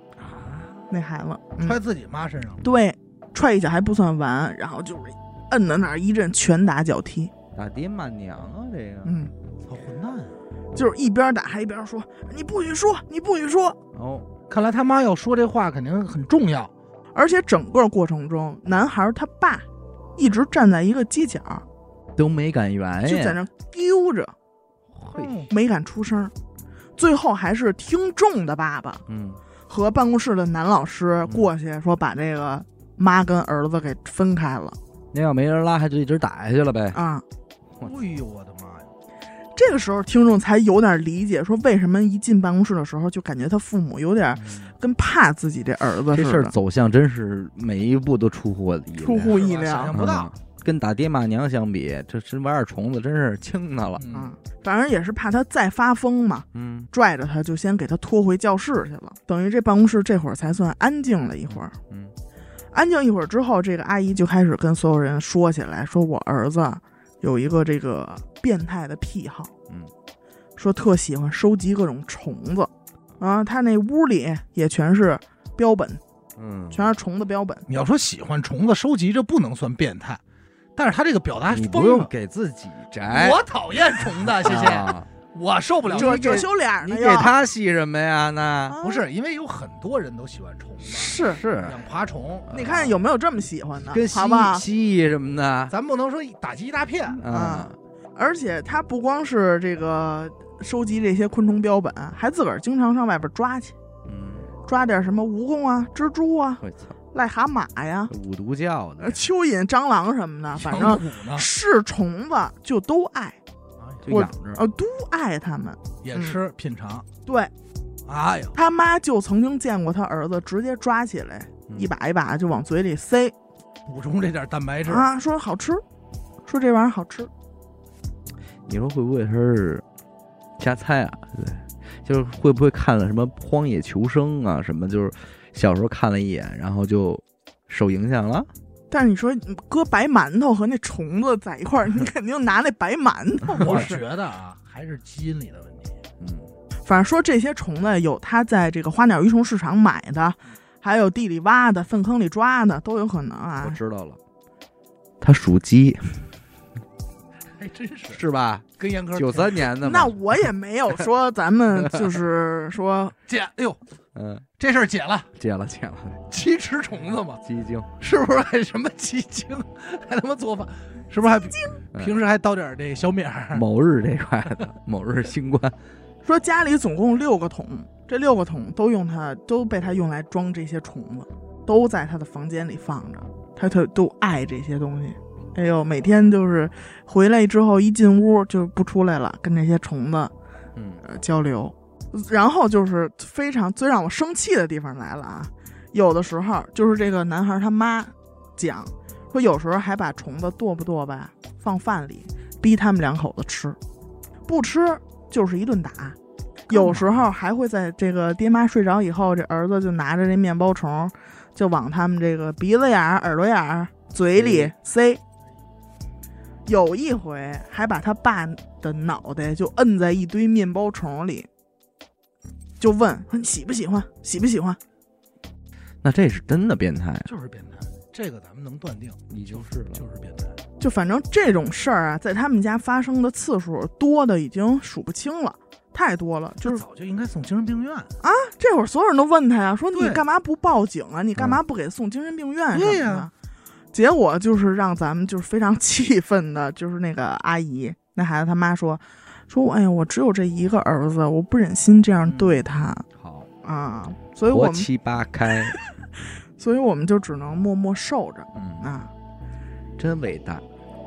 C: 那孩子、嗯、
B: 揣自己妈身上了，
C: 对，踹一脚还不算完，然后就是摁在那儿一阵拳打脚踢，
A: 打爹骂娘啊，这个，
C: 嗯，
B: 好混蛋啊！
C: 就是一边打还一边说你不许说，你不许说。
A: 哦，
B: 看来他妈要说这话肯定很重要。
C: 而且整个过程中，男孩儿他爸一直站在一个犄角，
A: 都没敢哎圆呀，
C: 就在那儿丢着，
A: 嘿，
B: 哎
C: 没敢出声儿。最后还是听众的爸爸
A: 嗯
C: 和办公室的男老师过去说，把这个妈跟儿子给分开了
A: 那要没人拉，还就一直打下去了呗。
C: 啊。
B: 哎呦我的妈呀！
C: 这个时候，听众才有点理解，说为什么一进办公室的时候就感觉他父母有点跟怕自己这儿子
A: 嗯这事
C: 似
A: 儿
C: 的，
A: 走向真是每一步都出乎我的意料，
C: 出乎意
B: 是吧想
C: 料
B: 象不到。
A: 嗯跟打爹骂娘相比，这这玩意儿虫子真是轻的了。
C: 啊。反正也是怕他再发疯嘛，
A: 嗯，
C: 拽着他就先给他拖回教室去了。等于这办公室这会儿才算安静了一会儿。
A: 嗯，
C: 安静一会儿之后，这个阿姨就开始跟所有人说起来，说我儿子有一个这个变态的癖好，
A: 嗯，
C: 说特喜欢收集各种虫子，啊，他那屋里也全是标本，
A: 嗯，
C: 全是虫子标本。
B: 你要说喜欢虫子收集，这不能算变态，但是他这个表达
A: 你
B: 疯
A: 不用
B: 了。
A: 给自己摘，
B: 我讨厌虫子，谢谢，
A: 啊
B: 我受不了。
C: 这
A: 这
C: 这羞脸
A: 你
C: 呢
A: 给
C: 又
A: 他吸什么呀？那
C: 啊
B: 不是因为有很多人都喜欢虫子，
C: 是，啊
A: 是
B: 养爬虫。
C: 你看有没有这么喜欢的
A: 跟，蜥
C: 好啊不好？
A: 蜥蜴什么的，
B: 咱不能说打击一大片，
A: 啊，
C: 而且他不光是这个收集这些昆虫标本，还自个儿经常上外边抓去，
A: 嗯，
C: 抓点什么蜈蚣啊、蜘蛛啊、
A: 我操，
C: 癞蛤蟆呀、
A: 五毒教
C: 呃
A: 的，
C: 蚯蚓、蟑螂什么的，啊反
B: 养
C: 正
B: 蛊呢，哎
C: 是虫子就都爱，
A: 就养着。
C: 呃，都爱它们。
B: 也吃
C: 嗯
B: 品尝。
C: 对
B: 哎呀，
C: 他妈就曾经见过他儿子直接抓起来，
A: 嗯
C: 一把一把就往嘴里塞
B: 补充这点蛋白质，
C: 啊，说好吃，说这玩意儿好吃。
A: 你说会不会是瞎猜啊？对，就是会不会看了什么《荒野求生》啊，什么就是小时候看了一眼，然后就受影响了？
C: 但是你说你搁白馒头和那虫子在一块儿，你肯定拿那白馒头。
B: 我觉得啊，还是基因里的问题。
A: 嗯，
C: 反正说这些虫子有他在这个花鸟鱼虫市场买的，还有地里挖的、粪坑里抓的都有可能
A: 我
C: 啊。
A: 知道了，它属鸡
B: 还真是
A: 是吧？
B: 跟严科
A: 九三年的嘛
C: 那，我也没有说咱们就是说
B: 解，哎呦，
A: 嗯，
B: 这事儿解了，
A: 戒了戒了，
B: 鸡吃虫子嘛，
A: 鸡精，
B: 是不是还什么鸡精，还他妈做饭，是不是还平时还倒点这小米
C: 嗯
B: 儿？
A: 某日这块的，某日新冠，
C: 说家里总共六个桶，这六个桶都用它都被他用来装这些虫子，都在他的房间里放着，他他都爱这些东西。哎呦，每天就是回来之后一进屋就不出来了，跟这些虫子
A: 嗯，
C: 呃交流。然后就是非常最让我生气的地方来了啊！有的时候就是这个男孩他妈讲说，有时候还把虫子剁吧剁吧放饭里，逼他们两口子吃，不吃就是一顿打。有时候还会在这个爹妈睡着以后，这儿子就拿着这面包虫，就往他们这个鼻子眼儿、耳朵眼儿、嘴里塞。有一回还把他爸的脑袋就摁在一堆面包虫里，就问说你喜不喜欢，喜不喜欢？
A: 那这是真的变态， 啊
B: 就是变态，这个咱们能断定，
A: 你就是了，
B: 就是变态。
C: 就反正这种事儿啊，在他们家发生的次数多的已经数不清了。太多了，就是
B: 早就应该送精神病院。啊
C: 这会儿所有人都问他呀，说你
B: 对
C: 干嘛不报警啊？你干嘛不给送精神病院什么
B: 对
C: 的？
B: 呀
C: 结果就是让咱们就是非常 气愤的，就是那个阿姨，那孩子他妈说，说我哎呀，我只有这一个儿子，我不忍心这样
B: 嗯
C: 对他、
A: 好，
C: 啊，所以我
A: 国
C: 们
A: 七八 开，
C: 所以我们就只能默默受着
B: 嗯，
C: 啊。
A: 真伟大。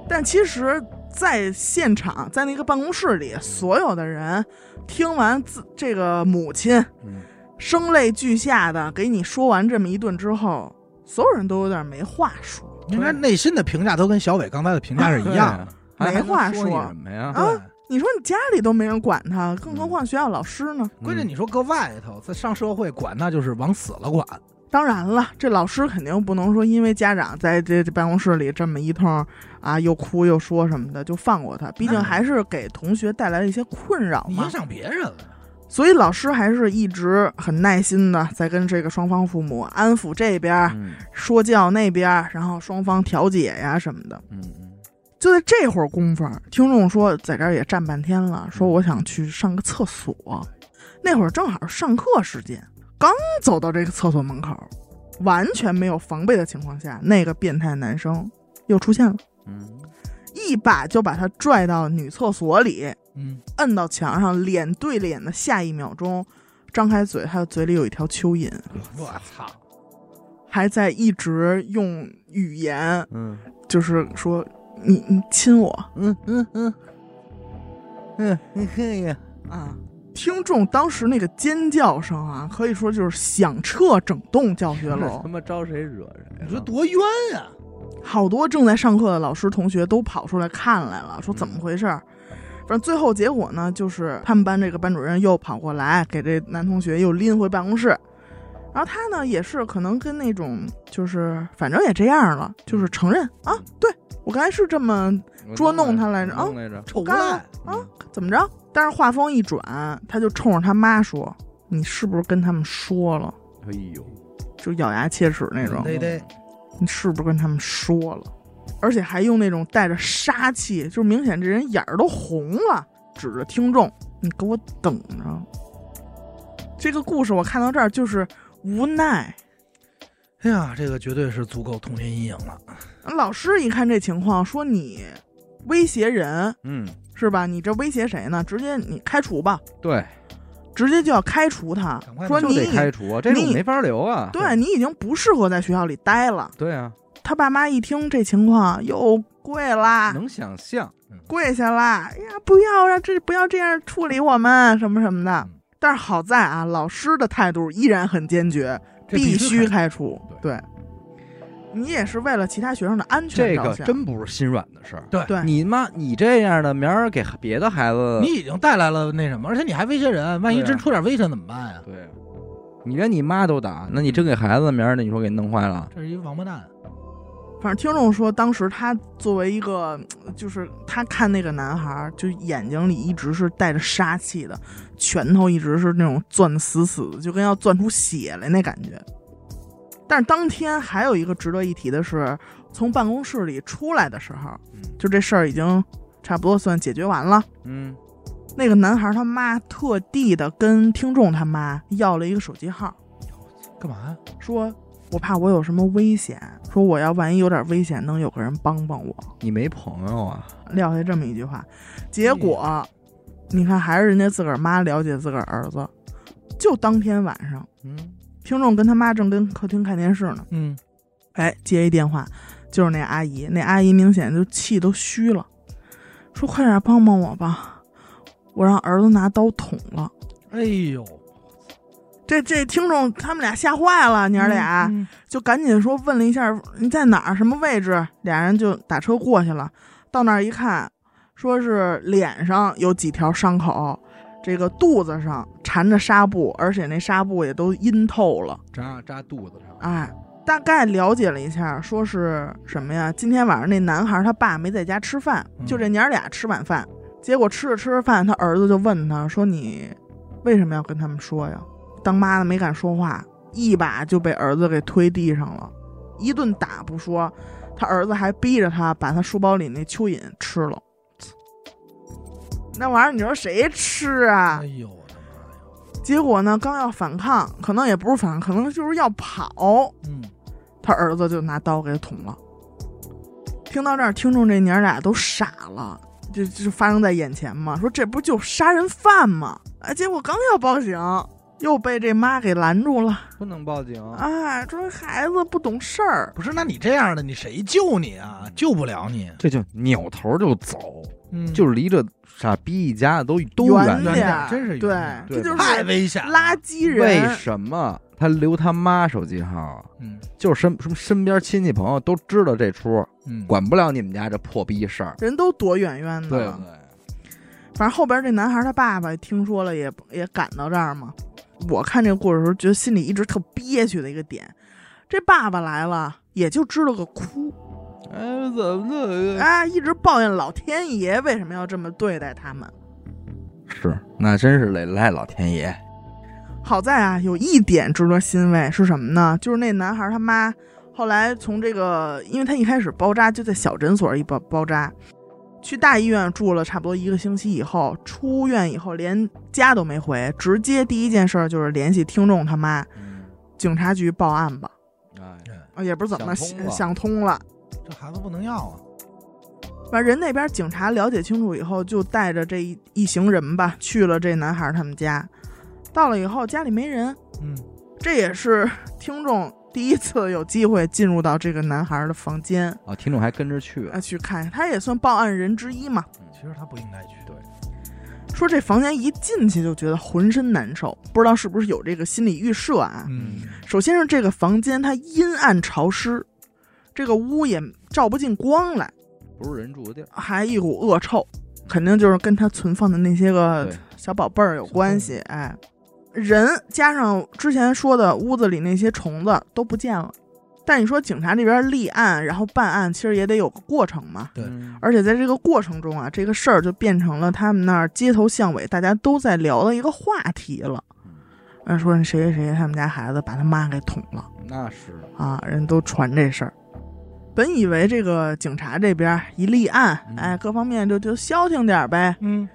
C: 但其实，在现场，在那个办公室里，所有的人听完自这个母亲
A: 嗯，
C: 声泪俱下的给你说完这么一顿之后，所有人都有点没话说，
B: 应该内心的评价都跟小伟刚才的评价是一样的。
A: 对啊，
C: 没话
A: 还能说
C: 说
A: 你什么嗯呀？
C: 啊
B: 对，
C: 你说你家里都没人管他，更何况学校老师呢？
A: 嗯
B: 关键你说搁外头，在上社会管，那就是往死了管。
C: 当然了，这老师肯定不能说因为家长在这这办公室里这么一通啊，又哭又说什么的就放过他，毕竟
A: 嗯
B: 那
C: 还是给同学带来了一些困扰
B: 你
C: 嘛
B: 影。响别人了。
C: 所以老师还是一直很耐心的在跟这个双方父母安抚这边儿，
A: 嗯
C: 说教那边儿，然后双方调解呀什么的。
A: 嗯嗯
C: 就在这会儿功夫儿，啊听众说在这儿也站半天了，说我想去上个厕所。那会儿正好是上课时间，刚走到这个厕所门口，完全没有防备的情况下，那个变态男生又出现了，
A: 嗯，
C: 一把就把他拽到女厕所里，
B: 嗯，
C: 摁到墙上，脸对脸的下一秒钟，张开嘴，他的嘴里有一条蚯蚓，
B: 我操！
C: 还在一直用语言，
A: 嗯
C: 就是说你你亲我，
A: 嗯嗯嗯嗯，你可以啊，
C: 啊，听众当时那个尖叫声啊，可以说就是响彻整栋教学
A: 这
C: 楼
A: 他，妈招谁惹谁了？
B: 你说多冤啊！
C: 好多正在上课的老师同学都跑出来看来了，说怎么回事儿。反正最后结果呢，就是他们班这个班主任又跑过来，给这男同学又拎回办公室。然后他呢，也是可能跟那种就是反正也这样了，就是承认啊，对我刚才是这么
A: 我
C: 捉
A: 来
C: 弄他来着啊
A: 弄来着嗯
B: 臭无
C: 干了
B: 赖！
C: 啊，怎么着？但是话锋一转，他就冲着他妈说：“你是不是跟他们说了？”
A: 哎呦，
C: 就咬牙切齿那种
B: 嗯。对对
C: 你是不是跟他们说了？而且还用那种带着杀气，就是明显这人眼儿都红了，指着听众：“你给我等着！”这个故事我看到这儿就是无奈。
B: 哎呀，这个绝对是足够童年阴影了。
C: 老师一看这情况，说你威胁人
A: 嗯，
C: 是吧？你这威胁谁呢？直接你开除吧，
A: 对，
C: 直接就要开除他
B: 赶快。吧
C: 说
A: 就
C: 你
A: 得
C: 已
A: 开除啊，这种
C: 你
A: 没法留啊。
C: 对你已经不适合在学校里待了。
A: 对啊，
C: 他爸妈一听这情况，又跪啦，
A: 能想象，
C: 跪下啦！哎呀，不要让这不要这样处理我们什么什么的
B: 嗯。
C: 但是好在啊，老师的态度依然很坚决，
B: 这
C: 必须
B: 须
C: 开除。
B: 对
C: 对，你也是为了其他学生的安全
A: 这
C: 着
A: 个
C: 想。
A: 真不是心软的事儿。
B: 对
C: 对
A: 你妈，你这样的，明儿给别的孩子，
B: 你已经带来了那什么，而且你还威胁人，万一
A: 对啊
B: 真出点危险怎么办呀？
A: 对啊，你连你妈都打，那你真给孩子，明儿你说给弄坏了，
B: 这是一王八蛋。
C: 反正听众说，当时他作为一个，就是他看那个男孩儿，就眼睛里一直是带着杀气的，拳头一直是那种攥得死死的，就跟要攥出血来那感觉。但是当天还有一个值得一提的是，从办公室里出来的时候，就这事儿已经差不多算解决完了。
A: 嗯，
C: 那个男孩儿他妈特地的跟听众他妈要了一个手机号，
B: 干嘛呀？
C: 说我怕我有什么危险，说我要万一有点危险，能有个人帮帮我。
A: 你没朋友啊？
C: 撂下这么一句话，
B: 嗯
C: 结果你看还是人家自个儿妈了解自个儿儿子。就当天晚上，
A: 嗯，
C: 听众跟他妈正跟客厅看电视呢，
B: 嗯，
C: 哎，接一电话，就是那阿姨，那阿姨明显就气都虚了，说快点帮帮我吧，我让儿子拿刀捅了。
B: 哎呦，
C: 这这听众他们俩吓坏了，娘儿俩、
B: 嗯
C: 就赶紧说问了一下你在哪儿，什么位置，俩人就打车过去了。到那儿一看，说是脸上有几条伤口，这个肚子上缠着纱布，而且那纱布也都阴透了。
A: 扎扎肚子上，
C: 哎，大概了解了一下，说是什么呀？今天晚上那男孩他爸没在家吃饭，
B: 嗯
C: 就这娘儿俩吃晚饭。结果吃着吃着饭，他儿子就问他说：“你为什么要跟他们说呀？”当妈的没敢说话，一把就被儿子给推地上了，一顿打不说，他儿子还逼着他把他书包里那蚯蚓吃了。那玩意儿你说谁吃啊
B: 哎？呦我的妈呀！
C: 结果呢，刚要反抗，可能也不是反抗，可能就是要跑，
B: 嗯，
C: 他儿子就拿刀给捅了。听到这儿，听众这娘俩都傻了，这这发生在眼前嘛，说这不就杀人犯吗？啊，结果刚要报警，又被这妈给拦住了。
A: 不能报警。啊
C: 哎，说孩子不懂事儿，
B: 不是，那你这样的，你谁救你啊？救不了你，
A: 这就扭头就走，
B: 嗯
A: 就离这傻逼一家都都
C: 远
A: 远。
B: 点
C: 儿
B: 真是远
C: 对
B: 点，
A: 对
C: 这就是
B: 太危险了
C: 垃圾
A: 为
C: 人。
A: 什么他留他妈手机号？啊
B: 嗯
A: 就是身什么身边亲戚朋友都知道这出，
B: 嗯，
A: 管不了你们家这破逼事儿。
C: 人都躲远远的，
A: 对
C: 反正后边这男孩他爸爸听说了也，也赶到这儿嘛。我看这个故事的时候，觉得心里一直特憋屈的一个点，这爸爸来了也就知道个哭，
A: 哎，怎么了？
C: 哎，一直抱怨老天爷为什么要这么对待他们。
A: 是，那真是得赖老天爷。
C: 好在啊，有一点值得欣慰是什么呢？就是那男孩他妈后来从这个，因为他一开始包扎就在小诊所一包包扎，去大医院住了差不多一个星期以后，出院以后连家都没回，直接第一件事儿就是联系听众他妈，
A: 嗯，
C: 警察局报案吧。
A: 哎，
C: 啊也不是怎么
A: 想通了
C: 想通了，
B: 这孩子不能要啊。
C: 反正人那边警察了解清楚以后，就带着这一一行人吧，去了这男孩他们家。到了以后，家里没人，
B: 嗯，
C: 这也是听众第一次有机会进入到这个男孩的房间
A: 哦，听众还跟着去
C: 啊，去看，他也算报案人之一嘛。
B: 其实他不应该去。
A: 对
C: 说这房间一进去就觉得浑身难受，不知道是不是有这个心理预设啊？
B: 嗯，
C: 首先是这个房间它阴暗潮湿，这个屋也照不进光来，
A: 不是人住的地儿。
C: 还一股恶臭，肯定就是跟他存放的那些个
A: 对
C: 小宝贝儿有关系。哎，人加上之前说的屋子里那些虫子都不见了。但你说警察这边立案，然后办案，其实也得有个过程嘛。
B: 对
A: 嗯
C: 而且在这个过程中啊，这个事儿就变成了他们那儿街头巷尾大家都在聊的一个话题了
A: 嗯。
C: 嗯，说谁谁谁他们家孩子把他妈给捅了。
A: 那是的，
C: 啊，人都传这事儿。本以为这个警察这边一立案，
A: 嗯
C: 哎，各方面就就消停点儿呗。
B: 嗯，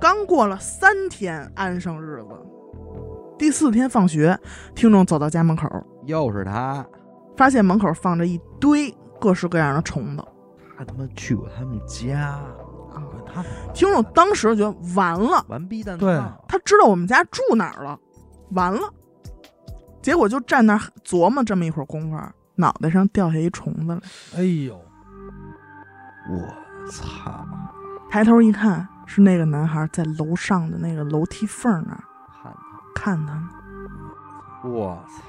C: 刚过了三天安生日子，第四天放学，听众走到家门口，
A: 又是他，
C: 发现门口放着一堆各式各样的虫子
A: 他他妈去过他们家，
C: 啊。
B: 他
C: 听众当时就觉得完了，
A: 完逼蛋
B: 对
A: 烫
C: 他知道我们家住哪儿了，完了。结果就站那儿琢磨这么一会儿功夫，脑袋上掉下一虫子来。
B: 哎呦，
A: 我操，
C: 抬头一看，是那个男孩在楼上的那个楼梯缝那儿
A: 看他，
C: 看他呢。
A: 我操，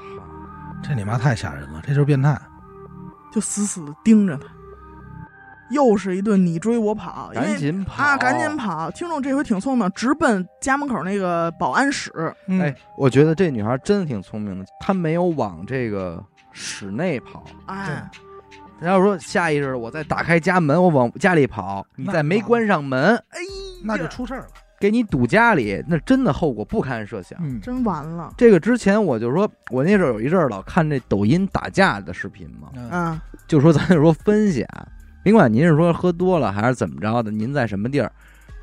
B: 这你妈太吓人了，这就是变态。
C: 就死死的盯着他。又是一顿你追我跑，因
A: 赶
C: 为
A: 紧跑
C: 啊，赶紧！跑！听众这回挺聪明，直奔家门口那个保安室。
B: 嗯
A: 哎，，我觉得这女孩真的挺聪明的，她没有往这个室内跑。
C: 哎，
A: 她要说下意识地我再打开家门，我往家里跑，你再没关上门，
C: 哎呀，
B: 那就出事儿了。
A: 给你堵家里，那真的后果不堪设想。
B: 嗯，
C: 真完了。
A: 这个之前我就说，我那时候有一阵儿老看这抖音打架的视频嘛，
B: 嗯
C: 啊，
A: 就说咱就说分析啊，甭管您是说喝多了还是怎么着的，您在什么地儿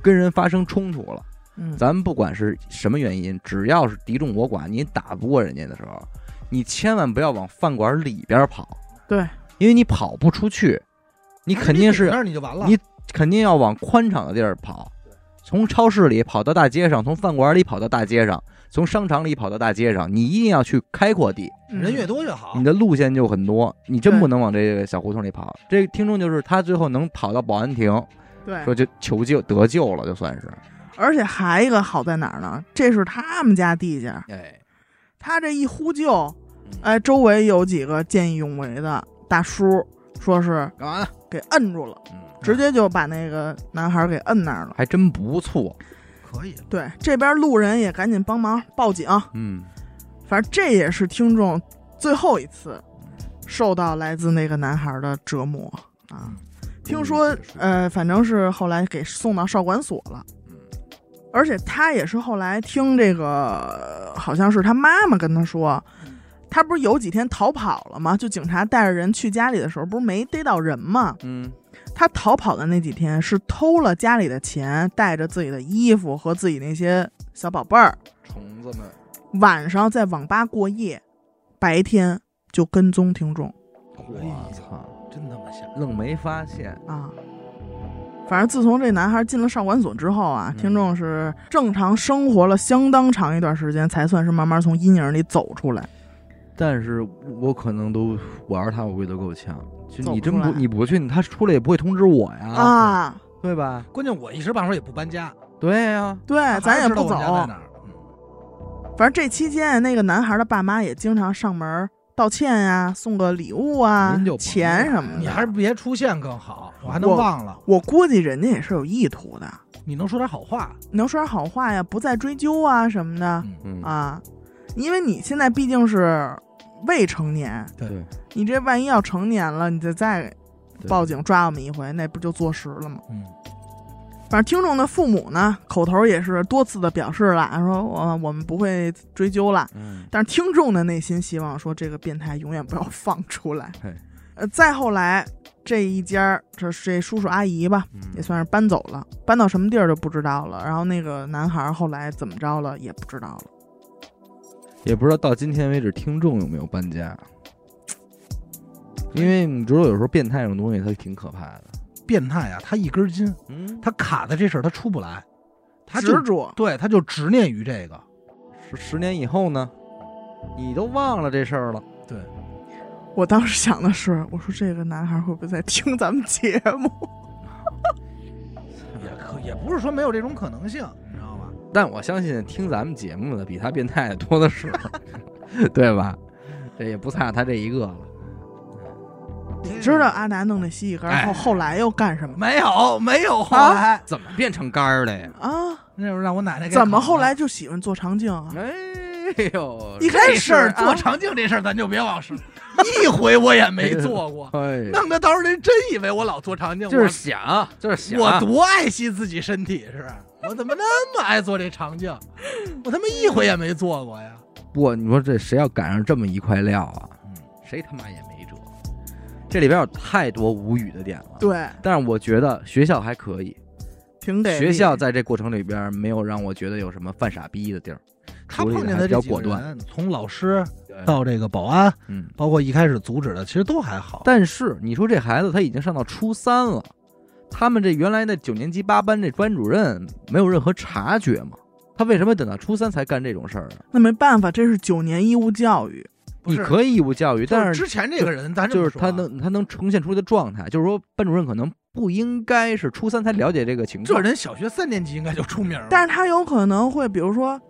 A: 跟人发生冲突了，
C: 嗯，
A: 咱们不管是什么原因，只要是敌众我寡，你打不过人家的时候，你千万不要往饭馆里边跑，
C: 对，
A: 因为你跑不出去，你肯定
B: 你
A: 是
B: 那儿你就完了。
A: 你肯定要往宽敞的地儿跑，从超市里跑到大街上，从饭馆里跑到大街上，从商场里跑到大街上，你一定要去开阔地。
C: 嗯
B: 人越多越好
A: 你。的路线就很多，你真
C: 对
A: 不能往这个小胡同里跑。这个听众就是他最后能跑到保安亭，
C: 对，
A: 说就求救得救了，就算是。
C: 而且还一个好在哪儿呢？这是他们家地界儿，
A: 哎，
C: 他这一呼救，哎，周围有几个见义勇为的大叔，说是
A: 干嘛呢？
C: 给摁住了，
A: 嗯，
C: 直接就把那个男孩给摁那儿了。
A: 还真不错。
B: 可以了。
C: 对，这边路人也赶紧帮忙报警。
A: 嗯，
C: 反正这也是听众最后一次受到来自那个男孩的折磨啊
B: 嗯。
C: 听说
A: 终于结束
C: 呃，反正是后来给送到少管所了。
A: 嗯
C: 而且他也是后来听这个，好像是他妈妈跟他说，他不是有几天逃跑了吗？就警察带着人去家里的时候，不是没逮到人吗？
A: 嗯，
C: 他逃跑的那几天是偷了家里的钱，带着自己的衣服和自己那些小宝贝儿，
B: 虫子们，
C: 晚上在网吧过夜，白天就跟踪听众
A: 我操，
B: 真他妈吓人！
A: 愣没发现，
B: 嗯
C: 啊。反正自从这男孩进了少管所之后啊，
A: 嗯
C: 听众是正常生活了相当长一段时间，才算是慢慢从阴影里走出来。
A: 但是我可能都我要是他，我估计都够呛。就
C: 走
A: 你
C: 不
A: 真
C: 出
A: 不
C: 来
A: 你不去，他出来也不会通知我呀，
C: 啊，
A: 对吧？
B: 关键我一时半会儿也不搬家，
A: 对呀、
C: 对，哎咱也不走
B: 还是知道我。家在哪儿嗯
C: 反正这期间，那个男孩的爸妈也经常上门道歉呀、送个礼物啊
A: 人就、不
C: 钱什么
B: 你
C: 的。
B: 还是别出现更好，我还能
C: 我
B: 忘了。
C: 我估计人家也是有意图的，
B: 你能说点好话，
C: 能说点好话呀，不再追究啊什么的
B: 嗯，
A: 嗯，
C: 啊。因为你现在毕竟是未成年，
A: 对，
C: 你这万一要成年了，你再再
A: 对
C: 报警抓我们一回，那不就坐实了吗？
B: 嗯，
C: 反正听众的父母呢，口头也是多次的表示了，说我我们不会追究了。
A: 嗯，
C: 但是听众的内心希望说，这个变态永远不要 放出来
A: 嘿。
C: 呃，再后来这一家儿，这这叔叔阿姨吧，
A: 嗯
C: 也算是搬走了，搬到什么地儿就不知道了。然后那个男孩儿后来怎么着了也不知道了。
A: 也不知道到今天为止听众有没有搬家，因为你知道有时候变态这种东西它挺可怕的，
B: 变态啊，他一根筋，
A: 嗯，
B: 他卡在这事儿，他出不来，他就
C: 执着，
B: 对，他就执念于这个，
A: 十十年以后呢，你都忘了这事儿了，
C: 我当时想的是，我说这个男孩儿会不会在听咱们节目？
B: 也可也不是说没有这种可能性，你知道吧？
A: 但我相信听咱们节目的比他变态的多的是， 对吧？这也不差他这一个了。
C: 你知道阿达弄那蜥蜴干儿后
B: 哎
C: 后来又干什么
B: 没有，没有后
C: 啊
B: 来，
A: 怎么变成杆儿了呀？
C: 啊？
B: 那会儿让我奶奶给
C: 怎么
B: 烤
C: 后
B: 了
C: 来就喜欢做肠镜啊？
A: 哎呦，
C: 一开
B: 这
C: 始
B: 事儿
C: 啊
B: 做肠镜这事儿咱就别往说，一回我也没做 过，
A: 哎，
B: 弄得到时候人真以为我老做肠镜，
A: 就是想，就是想，
B: 我我多爱惜自己身体是，我怎么那么爱做这肠镜，我他妈一回也没做过呀。
A: 不，你说这谁要赶上这么一块料啊，
B: 嗯，
A: 谁他妈也没辙。这里边有太多无语的点了。，
C: 对，
A: 但是我觉得学校还可以，
C: 挺得
A: 学
C: 力
A: 校在这过程里边没有让我觉得有什么犯傻逼的地儿。
B: 他
A: 处理
B: 碰
A: 得
B: 见
A: 还
B: 的
A: 比较
B: 这几
A: 果
B: 个
A: 断，
B: 人，啊从老师
A: 对
B: 到这个保安，
A: 嗯。
B: 包括一开始阻止的，其实都还好。
A: 但是你说这孩子他已经上到初三了，他们这原来的九年级八班这班主任没有任何察觉吗？他为什么等到初三才干这种事儿呢？
C: 那没办法，这是九年义务教育。
B: 不
A: 你
B: 是
A: 可以义务教育，
B: 就
A: 但是
B: 之前这个人，咱这
A: 就
B: 么
A: 是
B: 说
A: 他
B: 啊
A: 能他能呈现出的状态，就是说班主任可能不应该是初三才了解这个情
B: 这
A: 况。
B: 人小学三年级应该就出名了，
C: 但是他有可能会，比如说，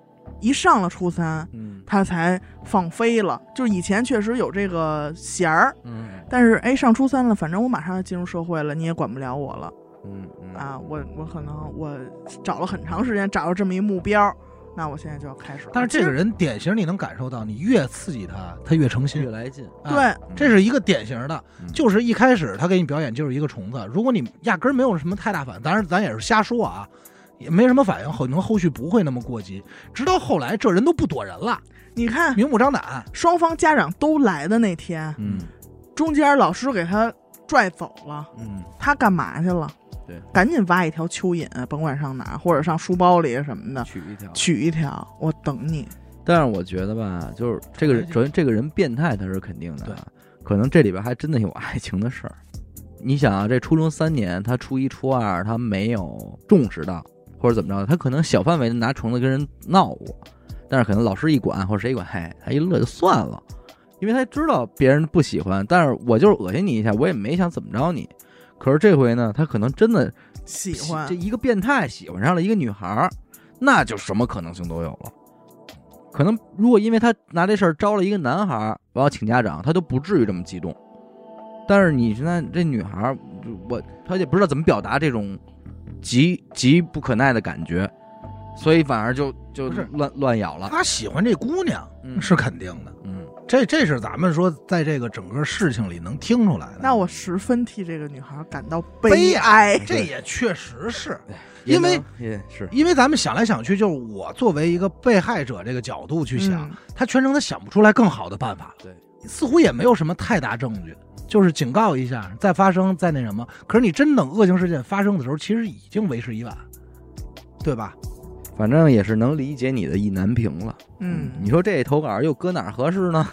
C: 一上了初三，
A: 嗯
C: 他才放飞了。就是以前确实有这个弦儿，
A: 嗯
C: 但是哎，上初三了，反正我马上要进入社会了，你也管不了我了
A: 嗯嗯
C: 啊！我我可能我找了很长时间，找到这么一目标，那我现在就要开始了。
B: 但是这个
C: 其实
B: 人典型，你能感受到，你越刺激他，他越成心
A: 越。来劲，
B: 啊
C: 对，
B: 这是一个典型的
A: 嗯，
B: 就是一开始他给你表演就是一个虫子，如果你压根儿没有什么太大反应，当然咱也是瞎说啊，也没什么反应，可能后续不会那么过激，直到后来这人都不躲人了，
C: 你看
B: 明目张
A: 啊
B: 胆，
C: 双方家长都来的那天，
A: 嗯
C: 中间老师给他拽走了。
A: 嗯
C: 他干嘛去了？
A: 对，
C: 赶紧挖一条蚯蚓，甭管上哪儿，或者上书包里什
B: 嗯
C: 么的，
A: 取一条。
C: 取一条，我等你。
A: 但是我觉得吧，就是这个人，
B: 哎
A: 首先这个人变态他是肯定的
B: 对
A: 啊，可能这里边还真的有爱情的事儿。你想啊，这初中三年，他初一、初二他没有重视到，或者怎么着，他可能小范围的拿虫子跟人闹过，但是可能老师一管或者谁一管，嘿，他一乐就算了，因为他知道别人不喜欢，但是我就是恶心你一下，我也没想怎么着你。可是这回呢，他可能真的
C: 喜欢
B: 啊
A: 这，一个变态喜欢上了一个女孩儿，那就什么可能性都有了。可能如果因为他拿这事儿招了一个男孩儿，我要请家长，他都不至于这么激动。但是你现在这女孩儿，就我她也不知道怎么表达这种极极不可耐的感觉，所以反而就就
B: 不是
A: 乱乱咬了。
B: 他喜欢这姑娘
A: 嗯
B: 是肯定的，
A: 嗯，
B: 这这是咱们说在这个整个事情里能听出来的。
C: 那我十分替这个女孩感到
B: 悲
C: 哀。
B: 哎这也确实是
A: 也
B: 因为
A: 能也是
B: 因为咱们想来想去，就是我作为一个被害者这个角度去想，
C: 嗯
B: 他全程他想不出来更好的办法了。
A: 对，
B: 似乎也没有什么太大证据，就是警告一下，再发生再那什么。可是你真等恶性事件发生的时候，其实已经为时已晚，对吧？
A: 反正也是能理解你的意难平了。
C: 嗯，
A: 你说这投稿又搁哪儿合适呢？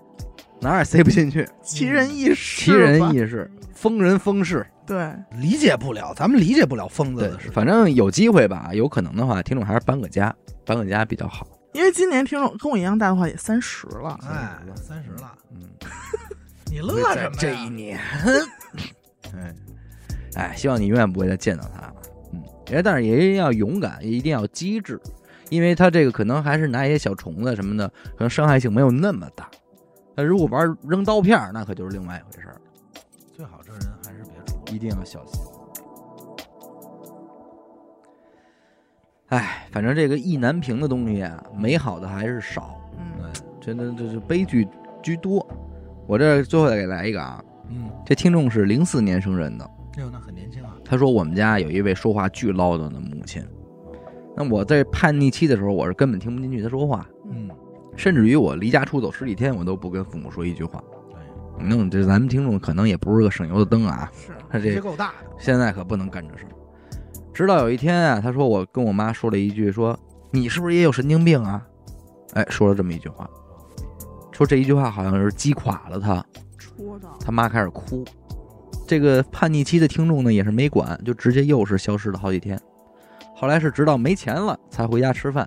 A: 哪儿也塞不进去，
C: 奇人异事，
A: 奇人，异事，疯人疯事。
C: 对，
B: 理解不了，咱们理解不了疯子
A: 对
B: 的事，。
A: 反正有机会吧，有可能的话，听众还是搬个家，搬个家比较好。
C: 因为今年听众跟我一样大的话也三十了，
A: 啊
B: 哎，三十了，
A: 嗯，
B: 你乐什么呀？
A: 这一年，哎，哎，希望你永远不会再见到他了。嗯，哎，但是也一定要勇敢，也一定要机智，因为他这个可能还是拿一些小虫子什么的，可能伤害性没有那么大。他如果玩扔刀片儿，那可就是另外一回事儿，
B: 最好这人还是别出了。
A: 一定要小心。哎，反正这个意难平的东西啊，美好的还是少，
C: 嗯，
A: 真的就是悲剧居多。我这最后再给来一个啊，
B: 嗯，
A: 这听众是零四年生人的，
B: 哎呦，那很年轻啊。
A: 他说我们家有一位说话巨唠叨的母亲，那我在叛逆期的时候，我是根本听不进去他说话，
B: 嗯，
A: 甚至于我离家出走十几天，我都不跟父母说一句话。
B: 对，
A: 那这咱们听众可能也不是个省油的灯啊，
C: 是，
A: 他
B: 这
A: 这
B: 够大的。
A: 现在可不能干这事儿。直到有一天啊，他说我跟我妈说了一句说你是不是也有神经病啊？哎，说了这么一句话，说这一句话好像是击垮了他，
C: 戳到，
A: 他妈开始哭。这个叛逆期的听众呢，也是没管，就直接又是消失了好几天。后来是直到没钱了才回家吃饭，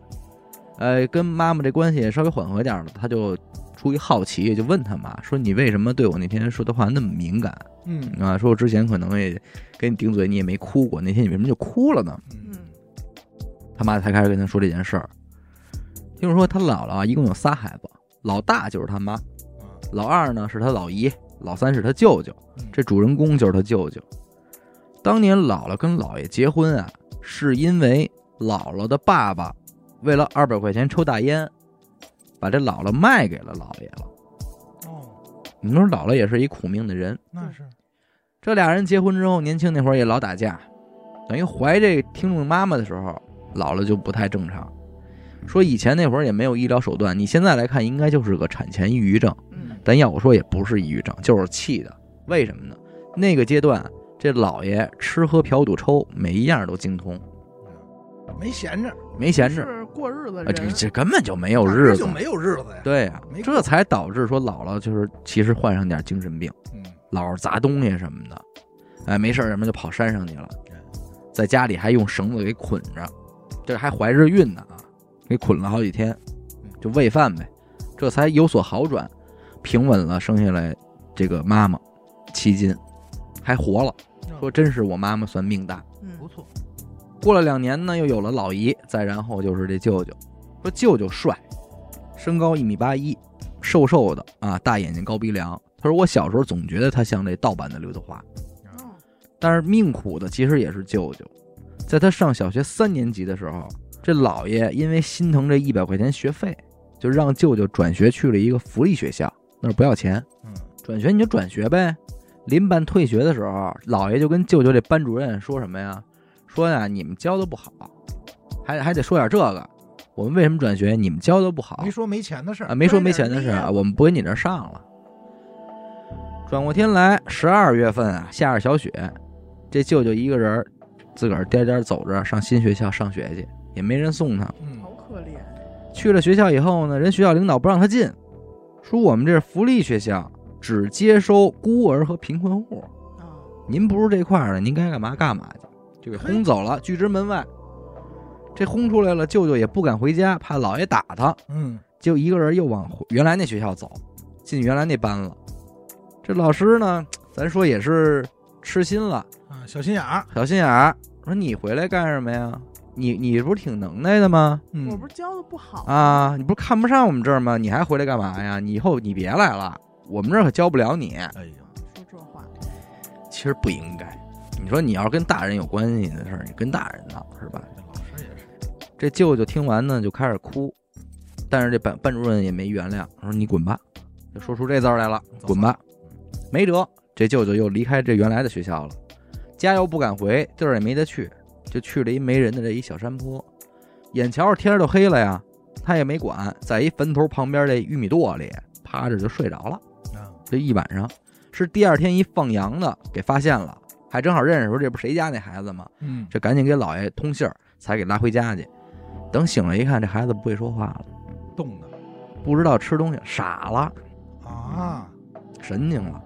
A: 呃，跟妈妈这关系也稍微缓和点儿了。他就出于好奇，就问他妈说：“你为什么对我那天说的话那么敏感
B: 嗯
A: 啊？说我之前可能也跟你顶嘴，你也没哭过，那天你为什么就哭了呢
C: 嗯，
A: 他妈才开始跟他说这件事儿。听说他姥姥啊，一共有仨孩子，老大就是他妈，老二呢是他老姨，老三是他舅舅。
C: 嗯
B: 嗯
A: 这主人公就是他舅舅。当年姥姥跟姥爷结婚啊，是因为姥姥的爸爸为了二百块钱抽大烟，把这姥姥卖给了姥爷了。
B: 哦，
A: 你说姥姥也是一苦命的人。
B: 那是
A: 这俩人结婚之后，年轻那会儿也老打架，等于怀这听众妈妈的时候，姥姥就不太正常。说以前那会儿也没有医疗手段，你现在来看应该就是个产前抑郁症。
C: 嗯，
A: 但要我说也不是抑郁症，就是气的。为什么呢？那个阶段，这老爷吃喝嫖赌抽每一样都精通，
B: 嗯没闲着，
A: 没闲着，
C: 是过日子
A: 啊，这
C: 人，
A: 这根本就没有日
B: 就
A: 子。
B: 没有日子呀。
A: 对呀、
B: 没
A: 这才导致说姥姥就是其实患上点精神病，
B: 嗯，
A: 老是砸东西什么的，哎，没事儿什么就跑山上去了
B: 嗯，
A: 在家里还用绳子给捆着，这还怀着孕呢啊，给捆了好几天，就喂饭呗，这才有所好转，平稳了，生下来这个妈妈七斤，还活了。嗯说真是我妈妈算命大。
B: 不
C: 嗯
B: 错。
A: 过了两年呢，又有了老姨，再然后就是这舅舅。说舅舅帅，身高一米八一，瘦瘦的啊，大眼睛高鼻梁。他说我小时候总觉得他像这盗版的刘德华，
C: 哦
A: 但是命苦的其实也是舅舅。在他上小学三年级的时候，这姥爷因为心疼这一百块钱学费，就让舅舅转学去了一个福利学校，那儿不要钱。
B: 嗯，
A: 转学你就转学呗。临办退学的时候，姥爷就跟舅舅这班主任说什么呀？说呀，你们教的不好，还还得说点这个。我们为什么转学？你们教的不好
B: 没说没钱的事
A: 啊，
B: 儿。
A: 没说没钱的事
C: 专业
A: 儿，我们不跟你这儿上了。转过天来，十二月份啊，下着小雪，这舅舅一个人儿自个儿颠颠走着上新学校上学去，也没人送他。
C: 好
B: 嗯，
C: 可怜，
A: 去了学校以后呢，人学校领导不让他进，说我们这是福利学校，只接收孤儿和贫困户，
C: 啊，
A: 您不是这块儿的，您该干嘛干嘛去，就给轰走了，拒之门外。这轰出来了，舅舅也不敢回家，怕姥爷打他，
B: 嗯，
A: 就一个人又往回原来那学校走，进原来那班了。这老师呢，咱说也是痴心了，
B: 啊，小心眼儿。
A: 小心眼儿，说你回来干什么呀？你你不是挺能耐的吗？
B: 嗯，
C: 我不是教的不好吗，
A: 啊，你不是看不上我们这儿吗？你还回来干嘛呀？你以后你别来了，我们这儿可教不了你。
B: 哎呀，
C: 说这话，
A: 其实不应该。你说你要是跟大人有关系的事儿，你跟大人闹是吧？
B: 这老师也是。
A: 这舅舅听完呢，就开始哭，但是这班班主任也没原谅，说你滚吧，就说出这字儿来了，滚吧。没辙，这舅舅又离开这原来的学校了，家又不敢回，地儿也没得去，就去了一没人的这一小山坡。眼瞧着天儿就黑了呀，他也没管，在一坟头旁边这玉米垛里趴着就睡着了，
B: 啊，
A: 这一晚上。是第二天一放羊的给发现了，还正好认识时候，这不谁家那孩子吗？
B: 嗯，
A: 这赶紧给老爷通信儿，才给拉回家去。等醒了，一看这孩子不会说话了，
B: 冻
A: 嗯
B: 的
A: 不知道吃东西，傻了，
B: 啊，
A: 神经了，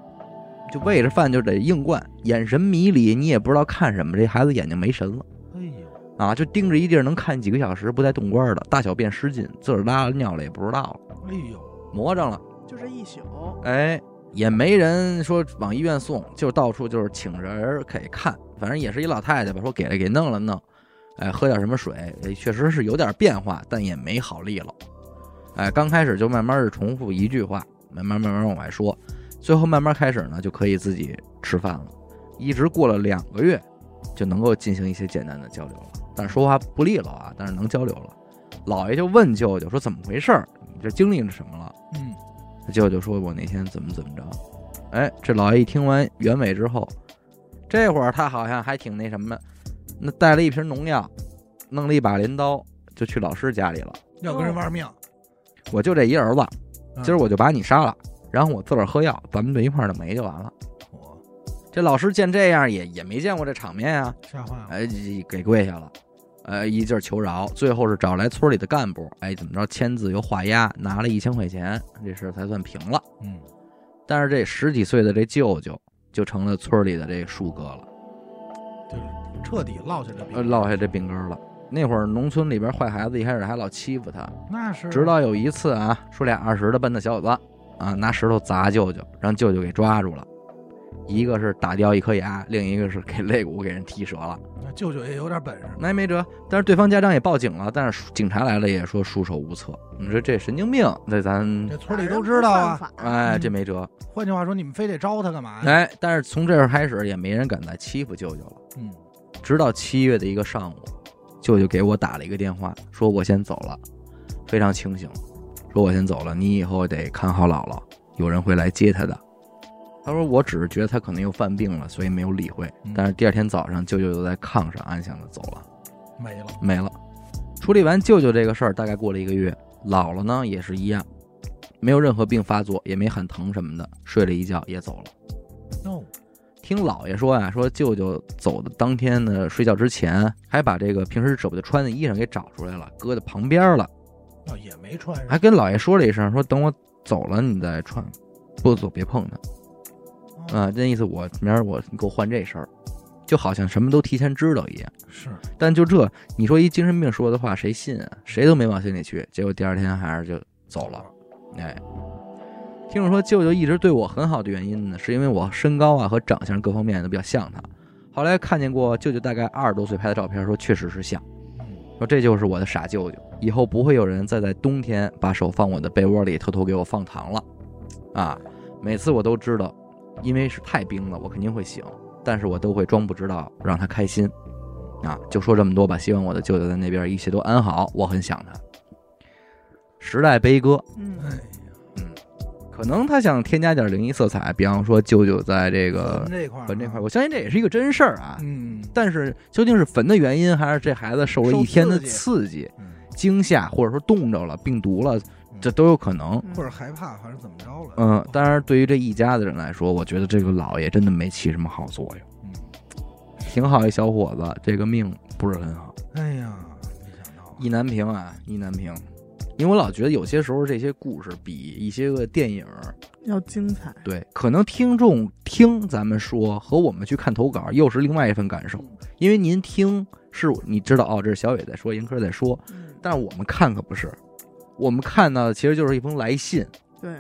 A: 就喂着饭就得硬灌，眼神迷离，你也不知道看什么，这孩子眼睛没神了
B: 哎呦，
A: 啊，就盯着一地儿能看几个小时，不带动官儿的，大小便失禁，自个儿拉了尿了也不知道了，
B: 哎呦，
A: 魔怔了，
C: 就这一宿，
A: 哎。也没人说往医院送，就到处就是请人儿给看，反正也是一老太太吧，说给了给弄了弄，哎，喝点什么水，哎确实是有点变化，但也没好利落。哎，刚开始就慢慢的重复一句话，慢慢慢慢往外说，最后慢慢开始呢就可以自己吃饭了，一直过了两个月，就能够进行一些简单的交流了，但是说话不利落啊，但是能交流了。老爷就问舅舅说怎么回事儿，你这经历了什么了？
B: 嗯，
A: 他舅舅说我那天怎么怎么着。哎，这老爷一听完原委之后，这会儿他好像还挺那什么，那带了一瓶农药，弄了一把镰刀，就去老师家里了。
B: 要跟人玩命，
A: 我就这一儿子，哦
B: 嗯
A: 今儿我就把你杀了，然后我自个儿喝药，咱们就一块儿就没就完了。
B: 我
A: 这老师见这样也也没见过这场面啊，
B: 吓坏了，
A: 哎，给跪下了，呃，一劲儿求饶，最后是找来村里的干部，哎，怎么着签字又画押，拿了一千块钱，这事儿才算平了。
B: 嗯，
A: 但是这十几岁的这舅舅就成了村里的这树哥了，
B: 就是彻底落下这病
A: 呃，落下这病根儿了。那会儿农村里边坏孩子一开始还老欺负他，
B: 那是
A: 直到有一次啊，说俩二十的笨的小伙子啊拿石头砸舅舅，让舅舅给抓住了，一个是打掉一颗牙，另一个是给肋骨给人踢折了，
B: 那舅舅也有点本事，
A: 那也没辙。但是对方家长也报警了，但是警察来了也说束手无策。你说这神经病，那咱
B: 这村里都知道啊。
C: 打人不犯法，
A: 哎这没辙。
B: 换句话说，你们非得招他干嘛呀？
A: 哎，但是从这儿开始也没人敢再欺负舅舅了。
B: 嗯，
A: 直到七月的一个上午，舅舅给我打了一个电话，说我先走了，非常清醒，说我先走了，你以后得看好姥姥，有人会来接她的。他说我只是觉得她可能又犯病了，所以没有理会
B: 嗯。
A: 但是第二天早上，舅舅就在炕上安详的走了，
B: 没了，
A: 没了。处理完舅舅这个事儿，大概过了一个月，姥姥呢也是一样，没有任何病发作，也没喊疼什么的，睡了一觉也走了。
B: no，
A: 听姥爷说啊，说舅舅走的当天呢，睡觉之前还把这个平时舍不得穿的衣裳给找出来了，搁在旁边了，
B: 那也没穿上
A: 还跟姥爷说了一声，说等我走了你再穿，不走别碰它。啊，那意思我明儿我你给我换这身儿，就好像什么都提前知道一样。
B: 是
A: 但就这，你说一精神病说的话谁信啊？谁都没往心里去，结果第二天还是就走了。，哎，听着说舅舅一直对我很好的原因呢，是因为我身高啊和长相各方面都比较像他。后来看见过舅舅大概二十多岁拍的照片，说确实是像，
B: 嗯，
A: 说这就是我的傻舅舅，以后不会有人再在冬天把手放我的被窝里偷偷给我放糖了，啊，每次我都知道，因为是太冰了，我肯定会醒，但是我都会装不知道，让他开心，啊，就说这么多吧，希望我的舅舅在那边一切都安好，我很想他。时代悲歌，
B: 哎
C: 嗯，
B: 呀，
A: 可能他想添加点灵异色彩，比方说舅舅在这个
B: 坟这块儿啊
A: 坟这块，，我相信这也是一个真事儿啊。
B: 嗯，
A: 但是究竟是坟的原因，还是这孩子受了一天的刺激、
B: 嗯
A: 惊吓，或者说冻着了、病毒了，
B: 嗯
A: 这都有可能。
C: 嗯
B: 或者害怕，反正怎么着了，
A: 嗯，当然，对于这一家子人来说，我觉得这个老爷真的没起什么好作用，
B: 嗯，
A: 挺好一小伙子，这个命不是很好，
B: 哎呀，没想到啊，
A: 意难平啊，意难平。因为我老觉得有些时候这些故事比一些个电影儿
C: 要精彩，
A: 对，可能听众听咱们说和我们去看投稿又是另外一份感受，因为您听是你知道哦，这是小伟在说，严科在说，
C: 嗯，
A: 但是我们看可不是，我们看到的其实就是一封来信，
C: 对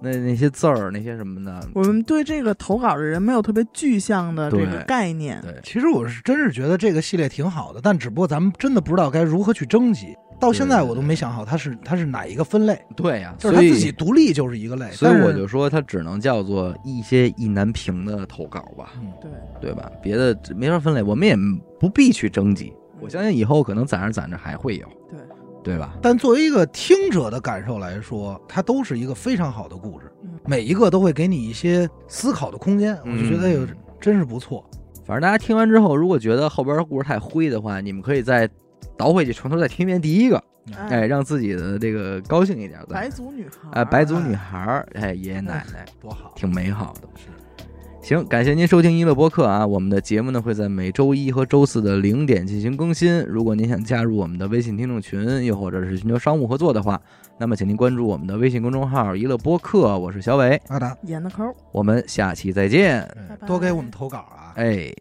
A: 那那些字儿那些什么的，
C: 我们对这个投稿的人没有特别具象的这个
A: 对
C: 概念，
A: 对，
B: 其实我是真是觉得这个系列挺好的，但只不过咱们真的不知道该如何去征集，到现在
A: 对对
B: 我都
A: 对
B: 没想好它是它是哪一个分类，
A: 对呀、
B: 就
A: 所
B: 是它
A: 以
B: 自己独立就是一个类，
A: 所以
B: 但是
A: 我就说它只能叫做一些意难平的投稿吧，
B: 嗯
C: 对，
A: 对吧？别的没法分类，我们也不必去征集，我相信以后可能攒着攒着还会有，
C: 对
A: 对吧？
B: 但作为一个听者的感受来说，它都是一个非常好的故事，
C: 嗯
B: 每一个都会给你一些思考的空间。我就觉得，哎呦，
A: 嗯
B: 真是不错。
A: 反正大家听完之后，如果觉得后边故事太灰的话，你们可以再倒回去，从头再听一遍第一个，哎，让自己的这个高兴一点的，
C: 嗯白族女孩，
A: 哎，白族女孩儿，哎，爷爷奶奶，
B: 多好，
A: 挺美好的。
B: 是
A: 行，感谢您收听一乐播客啊！我们的节目呢会在每周一和周四的零点进行更新。如果您想加入我们的微信听众群，又或者是寻求商务合作的话，那么请您关注我们的微信公众号“一乐播客”，我是小伟，
B: 阿达，
C: 演的抠，
A: 我们下期再见。
B: 嗯
C: 拜拜
B: 多给我们投稿啊，
A: 哎，